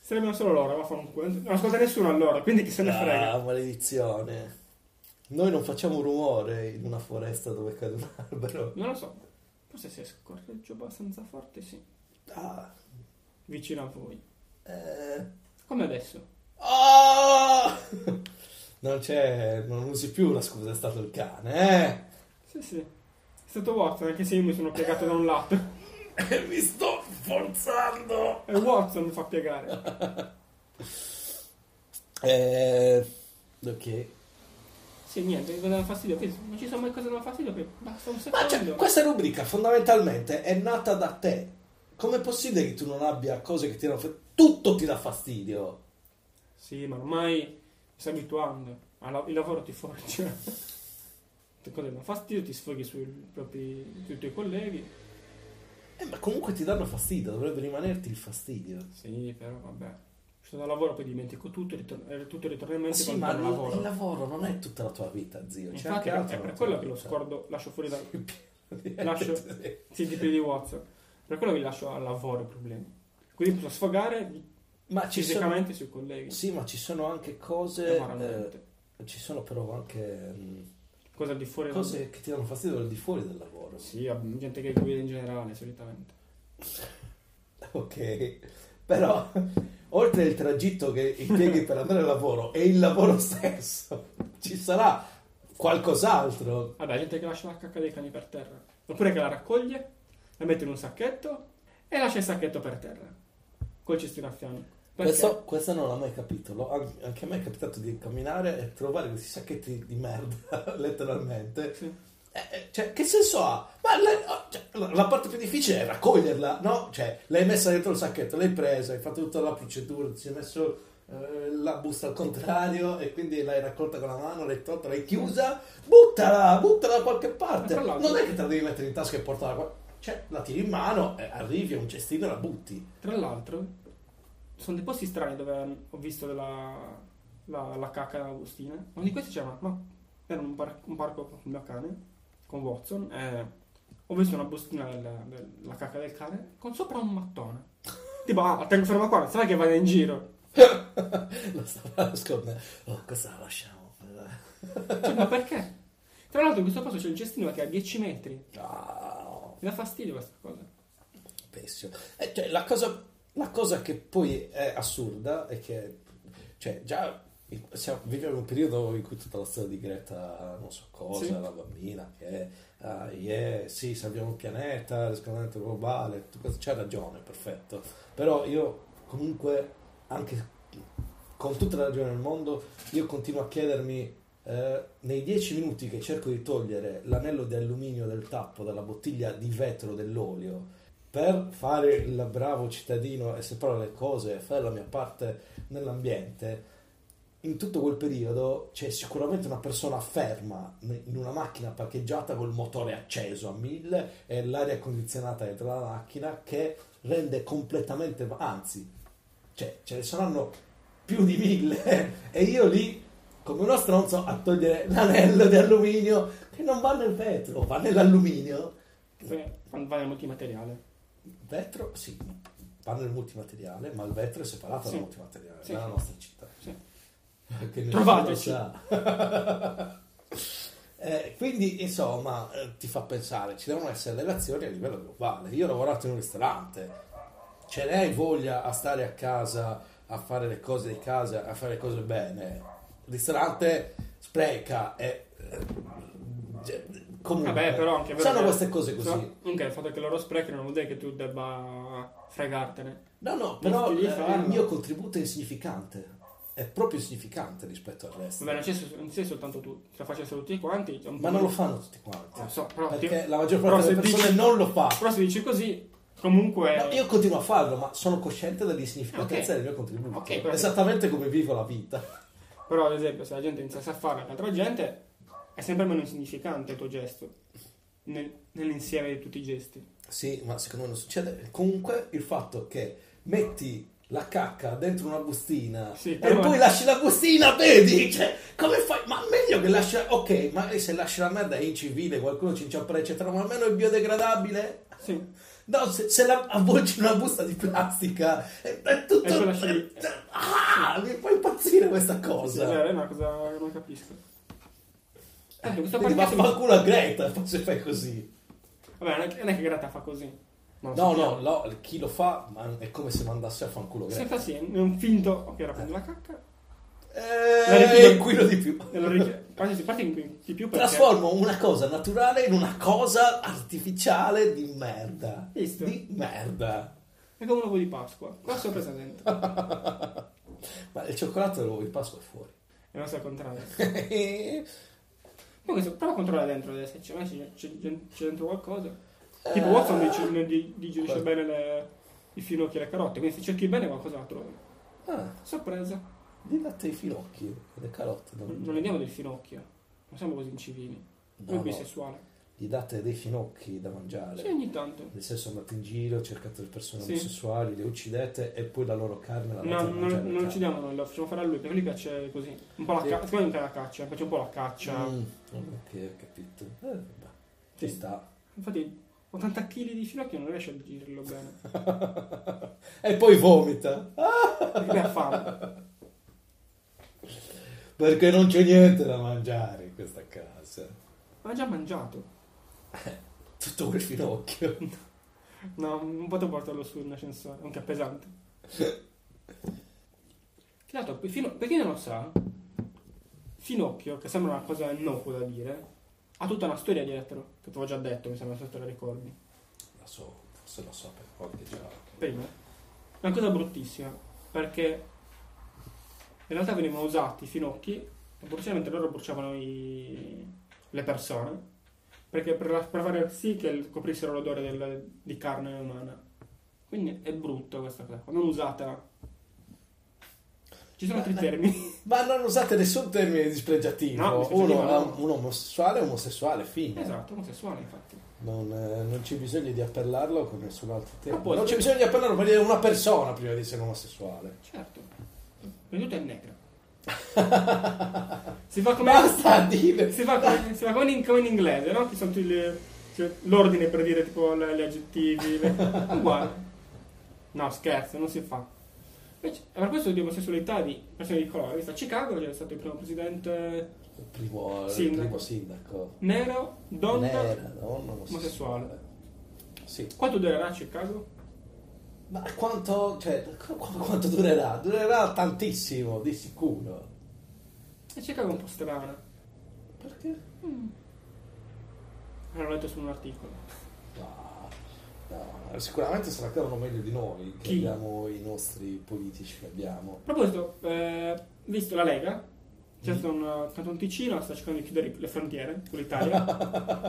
A: Sarebbero solo loro, ma fanno un culo. Non ascolta nessuno allora, quindi chi se ne frega.
B: Ah, maledizione. Noi non facciamo rumore in una foresta dove cade un albero.
A: Non lo so. Forse se scorreggio abbastanza forte, sì.
B: Ah,
A: Vicino a voi.
B: eh.
A: Come adesso.
B: Ah! Non c'è, non usi più la scusa, è stato il cane,
A: Sì, sì. È stato Watson, anche se io mi sono piegato da un lato.
B: eh? Mi sto forzando.
A: E Watson mi fa piegare.
B: Eh, ok.
A: Sì, niente, cosa dà fastidio? Che non ci sono mai cose che danno fastidio, che basta un
B: Ma cioè,
A: secondo.
B: questa rubrica fondamentalmente è nata da te. Com'è possibile che tu non abbia cose che ti danno fastidio? Tutto ti dà fastidio.
A: Sì, ma ormai mi sto abituando. Alla- Il lavoro ti forgia. Te cose danno fastidio, ti sfoghi sui propri sui tuoi colleghi.
B: Eh, ma comunque ti danno fastidio, dovrebbe rimanerti il fastidio.
A: Sì, però vabbè. sono al lavoro, poi dimentico tutto, ritor- eh, tutto ritorna in
B: Ma
A: mente
B: sì,
A: quando
B: ma il
A: torno al lavoro.
B: il lavoro non è tutta la tua vita, zio. C'è
A: Infatti
B: anche altro
A: è per
B: nella
A: quello
B: tua
A: che lo
B: vita.
A: scordo, lascio fuori dal Lascio-
B: Lascio.
A: CDP di WhatsApp. Per quello vi lascio al lavoro i problemi. Quindi posso sfogare
B: Ma ci sono...
A: fisicamente sui colleghi.
B: Sì, ma ci sono anche
A: e
B: cose.
A: moralmente.
B: eh, ci sono però anche mh,
A: Cosa al di fuori del-
B: cose che ti danno fastidio al di fuori del lavoro.
A: Sì, ab- gente che guida in generale solitamente.
B: Ok, però oltre il tragitto che impieghi per andare al lavoro e il lavoro stesso, ci sarà qualcos'altro.
A: Vabbè, Ah, gente che lascia la cacca dei cani per terra. Oppure che la raccoglie, la mette in un sacchetto e lascia il sacchetto per terra. Col cestino a fianco. Perché?
B: Questo, questo non l'ho mai capito. L'ho- an- anche a me è capitato di camminare e trovare questi sacchetti di merda, letteralmente.
A: Sì.
B: Eh, eh, cioè, che senso ha? Ma la, cioè, la- la parte più difficile è raccoglierla, no? Cioè, l'hai messa dentro il sacchetto, l'hai presa, hai fatto tutta la procedura, ti sei messo eh, la busta al contrario e quindi l'hai raccolta con la mano, l'hai tolta, l'hai chiusa, buttala, buttala da qualche parte.
A: Ma tra l'altro-
B: Non è che te la devi mettere in tasca e portarla qua. Cioè, la tiri in mano, eh, arrivi a un cestino e la butti.
A: Tra l'altro, sono dei posti strani dove ho visto della, la, la cacca della bustina. Uno di questi c'era, ma era un, par- un parco con il mio cane, con Watson. e ho visto una bustina del- della cacca del cane con sopra un mattone. Tipo, ah, la tengo ferma qua, sai che vada in giro.
B: La stava scorda. Oh, questa la lasciamo.
A: Cioè, ma perché? Tra l'altro in questo posto c'è il cestino che è a 10 metri. Mi
B: No.
A: dà fastidio questa cosa.
B: Pessimo. Eh, cioè, la, cosa, la cosa che poi è assurda è che cioè, già in- siamo- viviamo un periodo in cui tutta la storia di Greta, non so cosa,
A: Sì.
B: la bambina che ah, yeah, sì, salviamo il pianeta, riscaldamento globale, tutto questo, c'ha ragione, perfetto. Però io comunque, anche con tutta la ragione del mondo, io continuo a chiedermi eh, nei dieci minuti che cerco di togliere l'anello di alluminio del tappo dalla bottiglia di vetro dell'olio per fare il bravo cittadino e separare le cose e fare la mia parte nell'ambiente, in tutto quel periodo c'è sicuramente una persona ferma in una macchina parcheggiata col motore acceso a mille e l'aria condizionata dentro la macchina che rende completamente, anzi, cioè, ce ne saranno più di mille e io lì come uno stronzo a togliere l'anello di alluminio che non va nel vetro, va nell'alluminio.
A: Poi va nel multimateriale.
B: Vetro, sì, va nel multimateriale, ma il vetro è separato
A: Sì.
B: dal multimateriale,
A: Sì.
B: nella nostra città.
A: Sì.
B: Che nessuno
A: Trovateci.
B: sa. Eh, quindi, insomma, eh, ti fa pensare, ci devono essere relazioni a livello globale. Io ho lavorato in un ristorante, ce n'hai voglia a stare a casa, a fare le cose di casa, a fare le cose bene. Il ristorante spreca e... Comunque,
A: Vabbè, però anche è vero
B: sono
A: che-
B: queste cose così.
A: Però, Comunque, il fatto che loro sprechino non vuol dire che tu debba fregartene.
B: No, no,
A: Mi
B: però
A: devi
B: eh,
A: farlo.
B: il mio contributo è insignificante. È proprio insignificante rispetto al resto.
A: Vabbè, non sei, non sei soltanto tu, se lo facessero tutti quanti. è un
B: Ma
A: po'
B: non lo
A: di-
B: fanno tutti quanti. eh,
A: Lo so, però,
B: perché
A: Ah, ti-
B: la maggior
A: però se
B: parte delle persone
A: dici-
B: non lo fa.
A: però se dici così, comunque.
B: No, io continuo a farlo, ma sono cosciente dell'insignificanza
A: Ok.
B: del mio contributo.
A: Ok, però-
B: Esattamente come vivo la vita.
A: Però, ad esempio, se la gente inizia a fare l'altra gente, è sempre meno insignificante il tuo gesto. nel- nell'insieme di tutti i gesti.
B: Sì, ma secondo me non succede. Comunque il fatto che metti la cacca dentro una bustina
A: Sì,
B: e
A: però-
B: poi lasci la bustina, vedi? Cioè, come fai? Ma meglio che lasci... Ok, magari se lasci la merda è incivile, qualcuno ci inciamperà, eccetera, ma almeno è biodegradabile.
A: Sì.
B: No, se, se la avvolgi in una busta di plastica è, è tutto...
A: E poi lasci lì.
B: è- ah, mi fa impazzire questa
A: Sì,
B: cosa.
A: è vero, è una cosa che non capisco. Tanto questo
B: Quindi
A: podcast-
B: vaffanculo a Greta se fai così.
A: Vabbè, non è che- non è che Greta fa così. Non lo
B: No,
A: sappiamo.
B: no, no, chi lo fa ma è come se mandasse a fanculo Greta.
A: Se fa sì, è un finto. Ok, ora prendi la cacca. La richiudo-
B: Eh, quello di più.
A: E lo richi- Quasi si parte in- di più perché.
B: Trasformo una cosa naturale in una cosa artificiale di merda.
A: Visto?
B: Di merda.
A: È come un uovo di Pasqua. Qua sopra sta dentro.
B: Ma il cioccolato e l'uovo di Pasqua è fuori.
A: E non so il contrario.
B: Eh,
A: Comunque, se- prova a controllare dentro adesso, se c'è, c'è, c'è, c'è dentro qualcosa. Tipo Watson dice, di- digerisce
B: Eh. Qual-
A: bene le- i finocchi e le carote, quindi se cerchi bene qualcosa la trovi.
B: Ah,
A: Sorpresa,
B: di latte ai finocchi e le carote.
A: non le diamo del finocchio, non siamo così incivili,
B: No,
A: non
B: no.
A: bisessuale.
B: gli date dei finocchi da mangiare.
A: Sì, ogni tanto.
B: Nel senso andate in giro, cercate le persone
A: Sì.
B: omosessuali, le uccidete e poi la loro carne la
A: No,
B: date a mangiare
A: non,
B: al
A: non lo
B: cane.
A: uccidiamo noi, lo facciamo fare a lui perché lui piace così. Un po' la
B: Sì.
A: caccia, secondo me piace la caccia, faccio un po' la caccia.
B: Mm, ok, ho capito. Eh, vabbè, ci
A: Sì.
B: sta.
A: Infatti 80 kg di finocchio non riesce a digerirlo bene.
B: e poi vomita.
A: Perché lui ha fame.
B: Perché non c'è niente da mangiare in questa casa.
A: Ma ha già mangiato.
B: Tutto quel finocchio.
A: No, non potevo portarlo su in ascensore, anche è pesante. Che dato, fino, per chi non lo sa, Finocchio, che sembra una cosa innocua da dire, ha tutta una storia dietro, che ti avevo già detto, mi sembra se te la ricordi.
B: La so, forse la so per qualche giorno.
A: prima è una cosa bruttissima perché in realtà venivano usati i finocchi e bruciare mentre loro bruciavano i- le persone perché per, la- per fare sì che il- coprissero l'odore del- di carne umana quindi è brutto questa cosa qua, non usata ci sono altri termini
B: Ma non usate nessun termine dispregiativo.
A: No, dispregiativo
B: uno,
A: no.
B: am- uno omosessuale è omosessuale, fine.
A: esatto omosessuale infatti
B: Non, eh, non c'è bisogno di appellarlo con nessun altro termine.
A: poi-
B: non c'è bisogno di appellarlo per dire una persona prima di essere omosessuale.
A: certo prima di tutto è negra si fa come
B: Basta dire!
A: si fa, come, si fa come in, come in inglese, no? Che sono tutti le- cioè, l'ordine per dire tipo le- gli aggettivi, le- uguale. No, scherzo, non si fa. Invece, e per questo di omosessualità di persone di colore, visto a Chicago c'era stato il primo presidente
B: Il primo, il
A: Sindaco.
B: primo sindaco.
A: nero, donna.
B: Nera, donna omosessuale. Sì.
A: Quanto durerà a Chicago?
B: Ma quanto, cioè, qu- qu- quanto durerà? Durerà tantissimo, di sicuro.
A: E Eh, Chicago è un po' strana.
B: Perché?
A: L'ho letto su un articolo.
B: No, Ah, no, sicuramente se la cavano meglio di noi, che
A: Chi?
B: abbiamo i nostri politici che abbiamo.
A: A proposito, eh, visto la Lega, c'è
B: Mm.
A: stato un canton Ticino sta cercando di chiudere le frontiere con l'Italia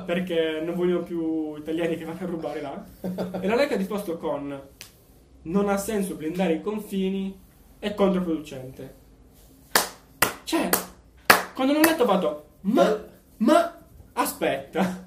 A: perché non vogliono più italiani che vanno a rubare là. E la Lega ha risposto con non ha senso blindare i confini, è controproducente. Cioè, quando l'ho letto vado, ma, ma, aspetta,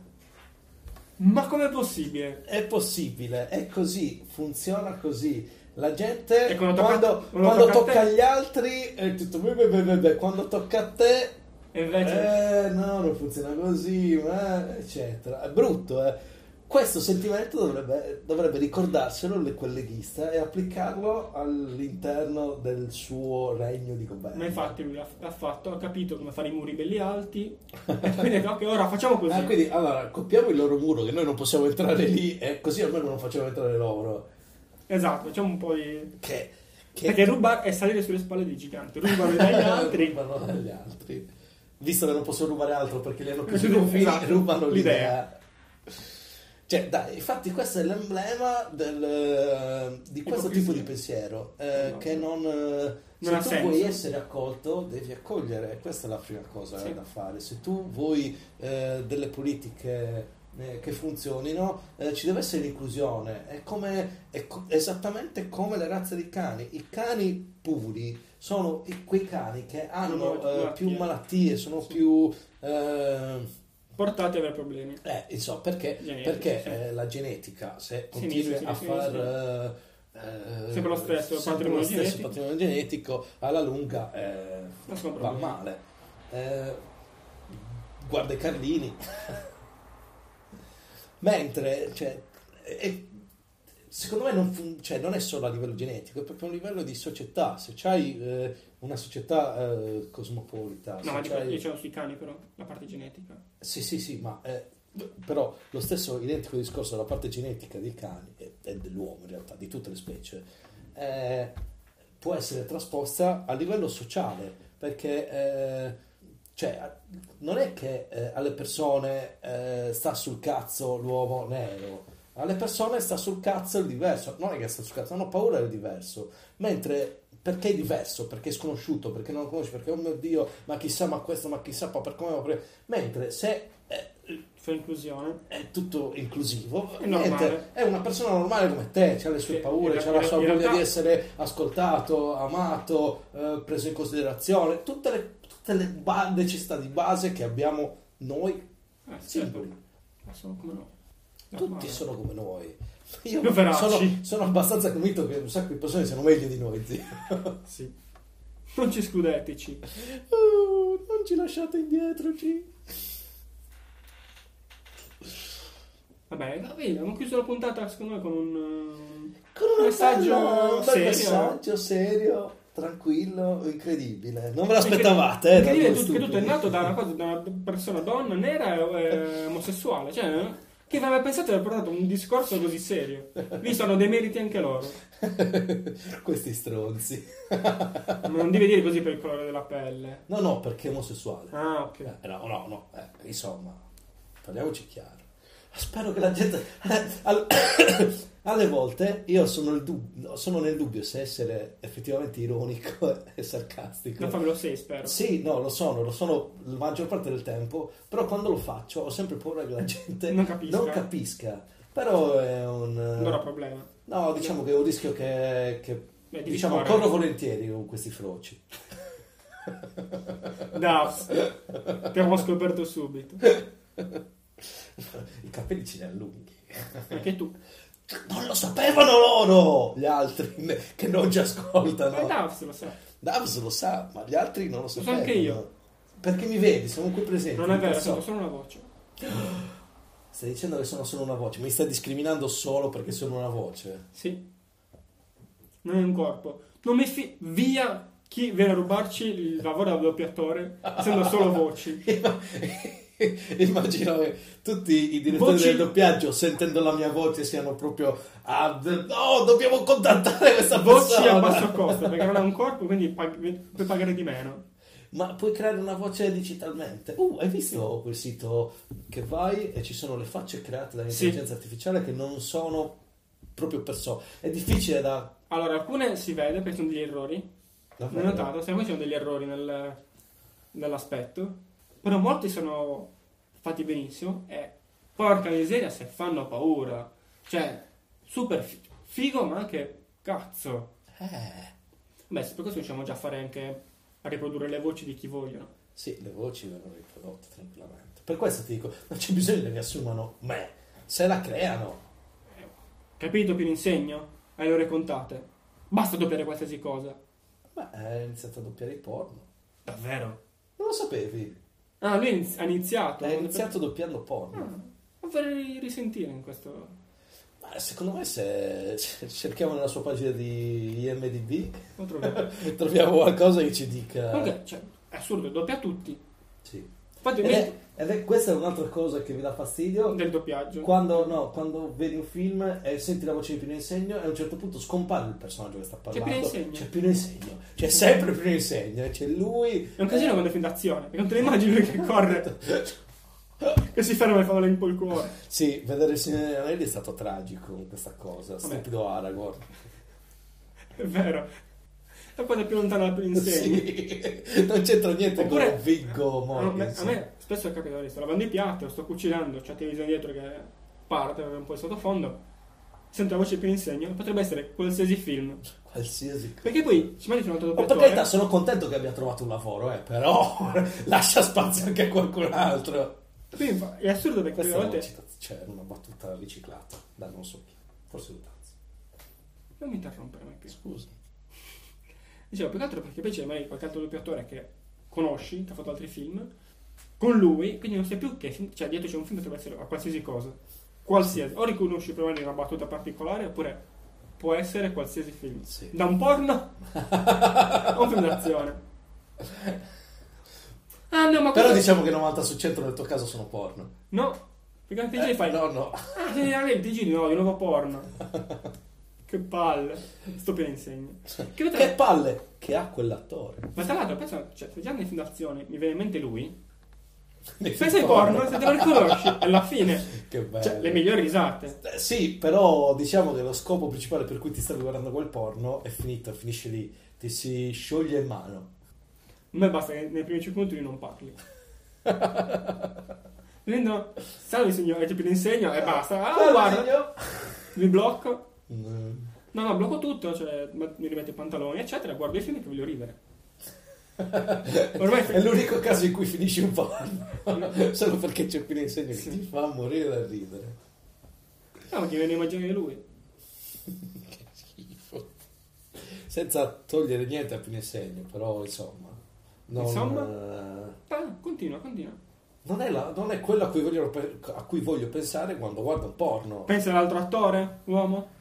A: ma com'è possibile?
B: È possibile, è così, funziona così. La gente
A: E
B: quando,
A: quando tocca- quando
B: quando
A: tocca a
B: tocca
A: te?
B: agli altri è tutto beh, beh, beh, beh, beh, quando tocca a te
A: E invece...
B: eh no, non funziona così, ma eccetera. È brutto, eh. Questo sentimento dovrebbe, dovrebbe ricordarselo le- quel leghista e applicarlo all'interno del suo regno di governo.
A: Ma infatti lui l'ha l'ha fatto, ha capito come fare i muri belli alti. e quindi ha detto, ok, ora facciamo così.
B: Ah, quindi allora copiamo il loro muro che noi non possiamo entrare lì e così almeno non facciamo entrare loro.
A: Esatto, facciamo un po' di...
B: Che, che
A: Perché rubare è salire sulle spalle dei giganti, rubano dagli altri.
B: rubano dagli altri. Visto che non possono rubare altro perché li hanno chiusi i
A: Esatto.
B: confini, rubano l'idea.
A: L'idea.
B: Cioè, dai, infatti questo è l'emblema del, eh, di questo
A: Ipocrisia.
B: tipo di pensiero, eh,
A: No.
B: che non... eh, se
A: Non ha
B: tu
A: senso.
B: vuoi essere accolto, devi accogliere, questa è la prima cosa
A: Sì.
B: da fare. Se tu vuoi eh, delle politiche eh, che funzionino, eh, ci deve essere l'inclusione. È, come, è co- esattamente come le razze di cani. I cani puri sono i- quei cani che hanno
A: Hanno
B: eh,
A: malattie.
B: più malattie, sono
A: Sì.
B: più... eh,
A: Portati a avere problemi.
B: eh, insomma, perché,
A: Genetici,
B: perché,
A: sì.
B: eh, la genetica, se
A: Sì,
B: continui
A: sì,
B: a
A: sì,
B: far
A: sì.
B: eh, eh,
A: Sempre lo stesso
B: sempre
A: patrimonio
B: lo stesso
A: genetico.
B: patrimonio genetico, alla lunga eh,
A: Non sono
B: va
A: problemi.
B: male. Eh, guarda i Carlini. Mentre, cioè, e- secondo me non, fun- cioè, non è solo a livello genetico, è proprio un livello di società. Se c'hai eh, una società eh, cosmopolita,
A: No,
B: se
A: ma dico,
B: c'hai-
A: io c'ho sui cani però, la parte genetica.
B: sì, sì, sì, ma eh, però lo stesso identico discorso della parte genetica dei cani e, e dell'uomo in realtà, di tutte le specie, eh, può essere trasposta a livello sociale, perché eh, cioè, non è che eh, alle persone eh, sta sul cazzo l'uomo nero. Alle persone sta sul cazzo il diverso, non è che sta sul cazzo, hanno paura del diverso. Mentre perché è diverso, perché è sconosciuto, perché non lo conosci, perché oh mio dio, ma chissà, ma questo, ma chissà, ma per come. ma per- Mentre se è,
A: Fa inclusione.
B: è tutto inclusivo,
A: È normale.
B: mentre è una persona normale come te, ha le sue
A: Sì, in
B: paure, ha la sua
A: realtà- in
B: voglia
A: realtà-
B: di essere ascoltato, amato, eh, preso in considerazione, tutte le, tutte le ba- necessità di base che abbiamo noi
A: Eh, certo.
B: singoli.
A: Ma sono come no. No,
B: Tutti
A: ma-
B: sono come noi.
A: Io
B: Io
A: veraci.
B: sono, sono abbastanza convinto che un sacco di persone siano meglio di noi, zio.
A: Sì. Non ci escludeteci.
B: Oh, non ci lasciate indietro, ci.
A: Vabbè, va bene, abbiamo chiuso la puntata secondo me con un... eh,
B: Con un
A: Messaggio
B: messaggio, un bel
A: serio.
B: messaggio serio, tranquillo, incredibile. Non ve l'aspettavate, eh? da
A: Incredibile
B: due
A: tu- che tutto è
B: stupidi.
A: nato da una, cosa, da una persona donna, nera e eh, omosessuale. Cioè, che aveva pensato di aver portato un discorso così serio? Visto hanno dei meriti anche loro.
B: Questi stronzi.
A: Ma non devi dire così per il colore della pelle.
B: No, no, perché è omosessuale.
A: Ah, ok.
B: Eh, no, no, no, eh, insomma, parliamoci chiaro. Spero che la gente... al- Alle volte io sono, il dub- sono nel dubbio se essere effettivamente ironico e sarcastico.
A: Non fammelo sei, spero.
B: Sì, no, lo sono, lo sono la maggior parte del tempo, però quando lo faccio ho sempre paura che la gente
A: Non capisca.
B: non capisca. Però è un...
A: Non ho problema.
B: No, diciamo che è un rischio che... che
A: Beh, di
B: diciamo,
A: correre.
B: corro volentieri con questi froci.
A: Daps. Ti avevo scoperto subito.
B: I capelli ce li allunghi.
A: Anche tu.
B: Non lo sapevano loro, gli altri che non ci
A: Ma
B: ascoltano.
A: Daps lo sa.
B: Davs lo sa, ma gli altri non lo
A: so
B: sapevano.
A: anche io.
B: Perché mi vedi, sono qui presente.
A: Non è
B: in
A: vero,
B: persona.
A: sono solo una voce.
B: Stai dicendo che sono solo una voce, mi stai discriminando solo perché sono una voce.
A: Sì. Non è un corpo. Non mi fi- Via chi viene a rubarci il lavoro da doppiatore, essendo solo voci.
B: Immagino che tutti i direttori
A: Voci-
B: del doppiaggio, sentendo la mia voce, siano proprio. Ah, d- no, dobbiamo contattare questa
A: Voci
B: persona.
A: a basso costo, perché non ha un corpo, quindi pag- puoi pagare di meno.
B: Ma puoi creare una voce digitalmente. Uh, hai visto quel sito che vai e ci sono le facce create dall'intelligenza artificiale che non sono proprio persone. È difficile da.
A: Allora, alcune si vede perché sono degli errori.
B: da
A: Non ho
B: fare.
A: notato, secondo me ci sono degli errori nel- nell'aspetto. Però molti sono fatti benissimo e porca miseria se fanno paura. Cioè, super fi- figo, ma anche cazzo.
B: Eh,
A: Beh, per questo riusciamo già a fare anche a riprodurre le voci di chi vogliono.
B: sì, le voci vengono riprodotte tranquillamente. Per questo ti dico, non c'è bisogno che assumano me, se la creano.
A: Capito per insegno? Hai le ore contate. Basta doppiare qualsiasi cosa.
B: Beh, hai iniziato a doppiare il porno.
A: Davvero?
B: Non lo sapevi?
A: Ah, lui iniz- ha iniziato.
B: Hai iniziato doppiando porno.
A: Ah, lo vorrei risentire in questo...
B: Ma secondo me se se cerchiamo nella sua pagina di IMDB
A: Lo troviamo.
B: troviamo qualcosa che ci dica...
A: Comunque, cioè, è assurdo, doppia tutti.
B: Sì.
A: Infatti,
B: Ed
A: me-
B: è, ed è- questa è un'altra cosa che mi dà fastidio.
A: del doppiaggio.
B: Quando, no, quando vedi un film e senti la voce di Pino Insegno e a un certo punto scompare il personaggio che sta
A: Pino
B: parlando.
A: Insegno.
B: C'è Pino Insegno. C'è sempre Pino Insegno. C'è lui. Eh,
A: È un casino quando è fin d'azione, perché non te ne immagini lui che corre, che si ferma e fa un po' il cuore.
B: Sì, vedere il Signore degli Anelli è stato tragico con questa cosa.
A: Vabbè.
B: Stupido Aragorn.
A: È vero. E quando è più lontana più insegni.
B: Sì. Non c'entra niente
A: Oppure-
B: con Viggo
A: A me, a
B: Mortensen.
A: me spesso è capitato, sto lavando i piatti, o sto cucinando, c'è la televisione dietro che parte, un po' il sottofondo. Sento la voce di Pino Insegno, potrebbe essere qualsiasi film.
B: Qualsiasi cosa.
A: Perché poi ci mangi un altro
B: Oh, per carità,
A: doppiatore.
B: sono contento che abbia trovato un lavoro, eh, però lascia spazio anche a qualcun altro.
A: Quindi fa- è assurdo perché
B: Questa
A: delle
B: è una,
A: volte
B: citaz- cioè, una battuta riciclata da non so chi, forse Lutanzi.
A: non mi interrompere mai più.
B: Scusa.
A: Dicevo, più che altro perché poi c'è magari qualche altro doppiatore che conosci, che ha fatto altri film, con lui, quindi non sai più che film- cioè dietro c'è un film che potrebbe essere a qualsiasi cosa. Qualsiasi. O riconosci per magari una battuta particolare, oppure può essere qualsiasi film.
B: Sì.
A: Da un porno a un film d'azione. Ah no, ma
B: Però
A: cosa-
B: diciamo che 90 su 100 nel tuo caso sono porno.
A: No, perché anche te
B: Eh,
A: fai...
B: No, no.
A: Ah, generalmente giri no, di nuovo porno. che palle. Sto per insegno. Che,
B: Che palle che ha quell'attore.
A: Ma tra l'altro, penso, cioè, se già nei film d'azione mi viene in mente lui,
B: Nei
A: pensa ai porno, se te lo riconosci, alla fine.
B: Che bello.
A: Cioè, le migliori risate.
B: Eh, Sì, però diciamo che lo scopo principale per cui ti stavi guardando quel porno è finito, finisce lì, ti si scioglie in mano.
A: A me basta che nei primi 5 minuti lui non parli. Lindo, salve signore, cioè, ti più insegno e basta. Ah,
B: Guarda,
A: guarda,
B: signor.
A: mi blocco.
B: Mm.
A: No, no, blocco tutto, cioè, ma- mi rimetto i pantaloni, eccetera, guardo i film che voglio ridere. Ormai Ah,
B: È l'unico caso in cui finisci un po'. Solo perché c'è qui l'insegno che ti fa morire da ridere.
A: No, perché me ne immagino lui.
B: Che schifo. Senza togliere niente a Pinesegno, però insomma. Non, eh,
A: Ah, continua, continua.
B: non è, la- non è quello a cui, voglio, pe- a cui voglio pensare quando guardo un porno.
A: Pensa all'altro attore, uomo.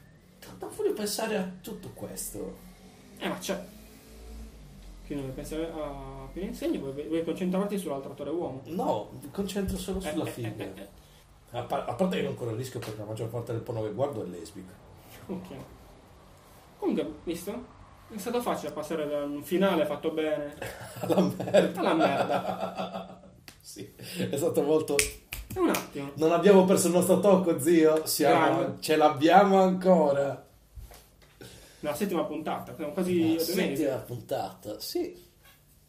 B: Non voglio pensare a tutto questo.
A: Eh, ma c'è. Quindi non pensi a per insegno, vuoi, vuoi concentrarti sull'altro attore uomo.
B: No, mi concentro solo
A: Eh,
B: sulla
A: eh,
B: figlia.
A: eh, eh,
B: A, par- a parte che non corro il rischio perché la maggior parte del porno che guardo è lesbico.
A: Ok. Comunque, visto? È stato facile passare da un finale fatto bene
B: Alla merda.
A: alla merda.
B: Sì, è stato molto...
A: È un attimo.
B: Non abbiamo perso il nostro tocco, zio. Siamo-
A: Bravo.
B: Ce l'abbiamo ancora. Ah,
A: La settima puntata, siamo quasi a due mesi.
B: la puntata, sì.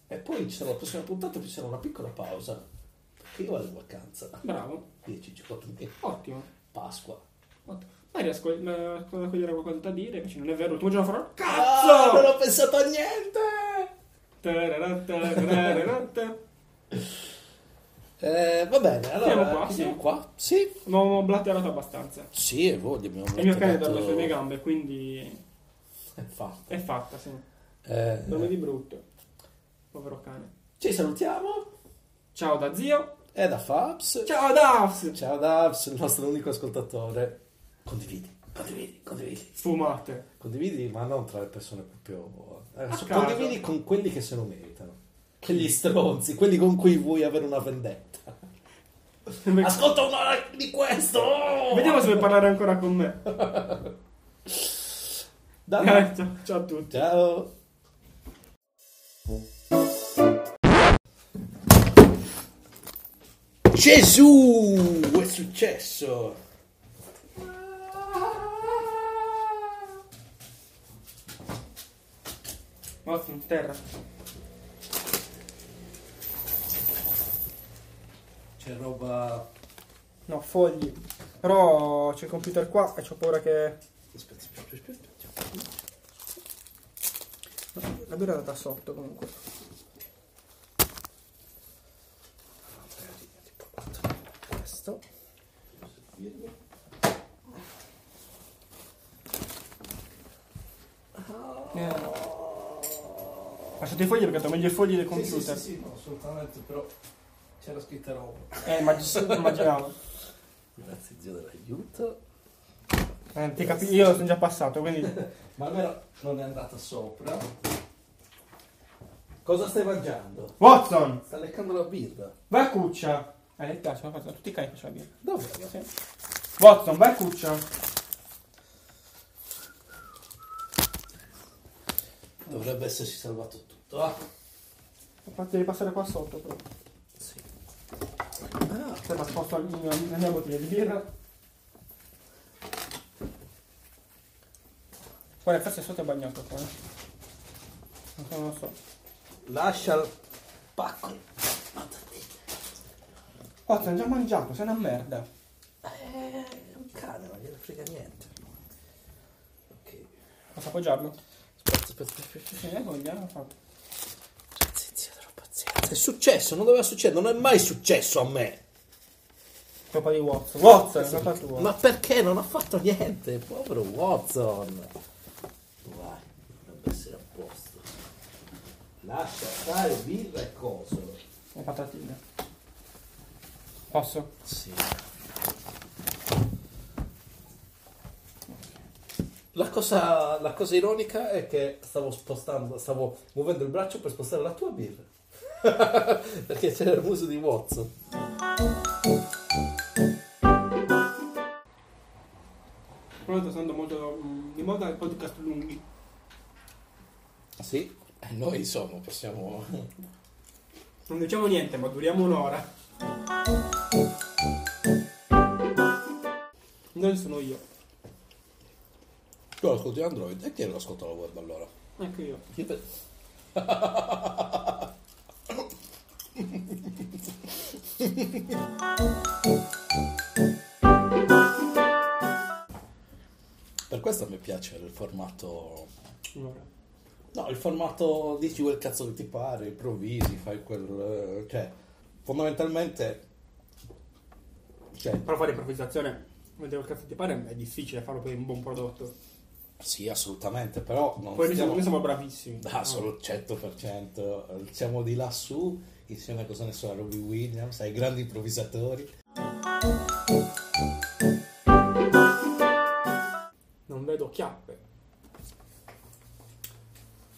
B: E poi ci sarà la prossima puntata, ci sarà una piccola pausa. Perché io vado in vacanza.
A: Bravo,
B: 10, 14 eh,
A: ottimo.
B: Pasqua.
A: ottimo. Ma riesco eh, a a- a cogliere qualcosa da dire, invece non è vero, l'ultimo giorno farò...
B: Ah, non
A: Cazzo!
B: ho pensato a niente!
A: Tararata, tararata.
B: Eh, va bene, allora
A: Siamo qua,
B: chiudiamo
A: sì.
B: qua. Sì,
A: Abbiamo blatterato abbastanza.
B: sì, e voi abbiamo
A: E il mio cane dorme
B: trattato-
A: sulle mie gambe, quindi
B: Eh, fatto.
A: è fatta, sì.
B: Eh,
A: Dorme di brutto. Povero cane.
B: ci salutiamo.
A: Ciao da zio.
B: È da Fabs.
A: Ciao Davs.
B: Ciao Davs, il nostro unico ascoltatore. Condividi, condividi, condividi.
A: Sfumate.
B: Condividi, ma non tra le persone proprio. eh,
A: A
B: so-
A: caso.
B: condividi con quelli che se lo meritano. Quegli stronzi, quelli con cui vuoi avere una vendetta. Ascolta un'ora di questo! oh!
A: Vediamo se vuoi parlare ancora con me.
B: Dai.
A: Eh, Ciao ciao a tutti.
B: Ciao. Gesù! È successo!
A: Morto in terra.
B: C'è roba...
A: No, fogli. Però c'è il computer qua e ho paura che
B: Aspetta, aspetta, aspetta.
A: la birra è andata sotto comunque. Questo. Eh. Lasciate i fogli perché ho meglio i fogli del computer.
B: no, assolutamente, però c'era scritta roba.
A: Eh, immag- immaginavo.
B: Grazie zio dell'aiuto.
A: Eh, ti capi- io sono già passato, quindi
B: Ma almeno non è andata sopra. Cosa stai mangiando?
A: Watson,
B: Sta leccando la birra.
A: vai a cuccia. Eh, le piace, ma faccio- a tutti i cani faccio la birra.
B: Dove?
A: Sì. Watson, vai a cuccia.
B: Dovrebbe essersi salvato tutto. Ah,
A: Devi passare qua sotto però.
B: sì.
A: Aspetta, sposto la mia, la mia bottiglia di birra. Guarda, forse sotto è bagnato qua. eh. Non lo so.
B: Lascia il pacco.
A: Watson, già mangiato, sei una merda.
B: Eh, è un cane, non gliene frega niente. Ok.
A: Posso appoggiarlo?
B: Aspetta, aspetta, aspetta.
A: Sì, eh, vogliamo farlo.
B: Grazie, zio, della pazienza. È successo, non doveva succedere, non è mai successo a me.
A: Colpa di Watson. Watson, è colpa tua.
B: Ma perché non ha fatto niente? Povero Watson. Vai, dovrebbe essere a posto. Lascia stare birra e coso.
A: Le patatine. Posso?
B: Sì. La cosa, la cosa ironica è che stavo spostando, stavo muovendo il braccio per spostare la tua birra. Perché c'era il muso di Watson.
A: Però sta stando molto mm, di moda i podcast lunghi.
B: Sì. E noi insomma possiamo...
A: Non diciamo niente, ma duriamo un'ora. Non sono io.
B: Io ascolto Android e chi lo ascolta la web allora?
A: Ecco io.
B: Per questo mi piace il formato
A: Un'ora.
B: No, il formato dici quel cazzo che ti pare, improvvisi, fai quel... eh, cioè, fondamentalmente... Cioè,
A: Però fare improvvisazione, vedere quel cazzo ti pare, è difficile farlo poi un buon prodotto.
B: sì, assolutamente, però non
A: Poi noi siamo,
B: stiamo...
A: noi siamo bravissimi.
B: Ah, solo 100%, eh, siamo di lassù, insieme a cosa ne so, a Robbie Williams, ai grandi improvvisatori.
A: Non vedo chiappe.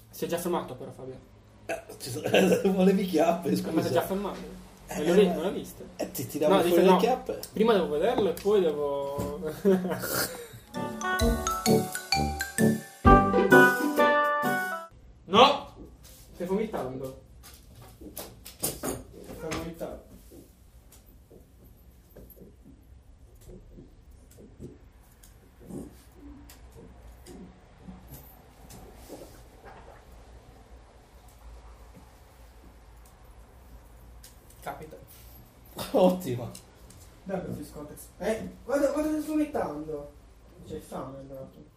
A: Si è già fermato però Fabio.
B: Eh, ci sono- volevi chiappe,
A: Ma si è già
B: scusa.
A: fermato.
B: Eh,
A: Non l'ho visto, non l'ho visto.
B: E ti tiravo
A: No,
B: fuori
A: dice
B: le
A: no.
B: chiappe?
A: Prima devo vederlo e poi devo... no! Stai vomitando. Stai vomitando. Capita.
B: Ottimo.
A: Dai questi scotex. Eh, guarda, guarda sto vomitando. C'è fame andato.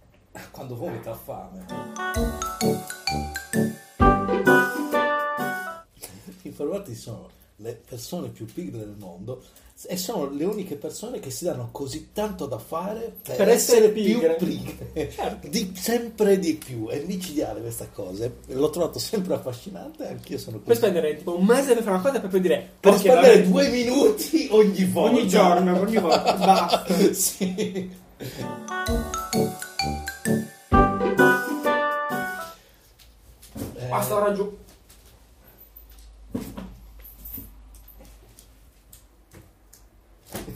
B: Quando vomita ha fame. I formati sono le persone più pigre del mondo e sono le uniche persone che si danno così tanto da fare per,
A: Per
B: essere,
A: essere pigre.
B: più pigre.
A: Certo.
B: Di- sempre di più. È micidiale questa cosa. L'ho trovato sempre affascinante, anch'io sono
A: Per
B: così.
A: spendere tipo un mese per fare una cosa per poi dire...
B: Per
A: "Ok,
B: spendere
A: vabbè,
B: due minuti ogni volta.
A: Ogni giorno, ogni volta. Basta.
B: sì. Eh,
A: Basta ora giù.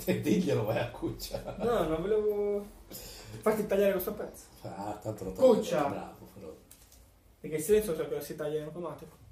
B: Eh, diglielo, vai a cuccia.
A: No, non volevo farti tagliare questo pezzo.
B: Ah, tanto lo tolgo.
A: Cuccia.
B: Bravo, però.
A: Perché il silenzio so che si taglia in automatico.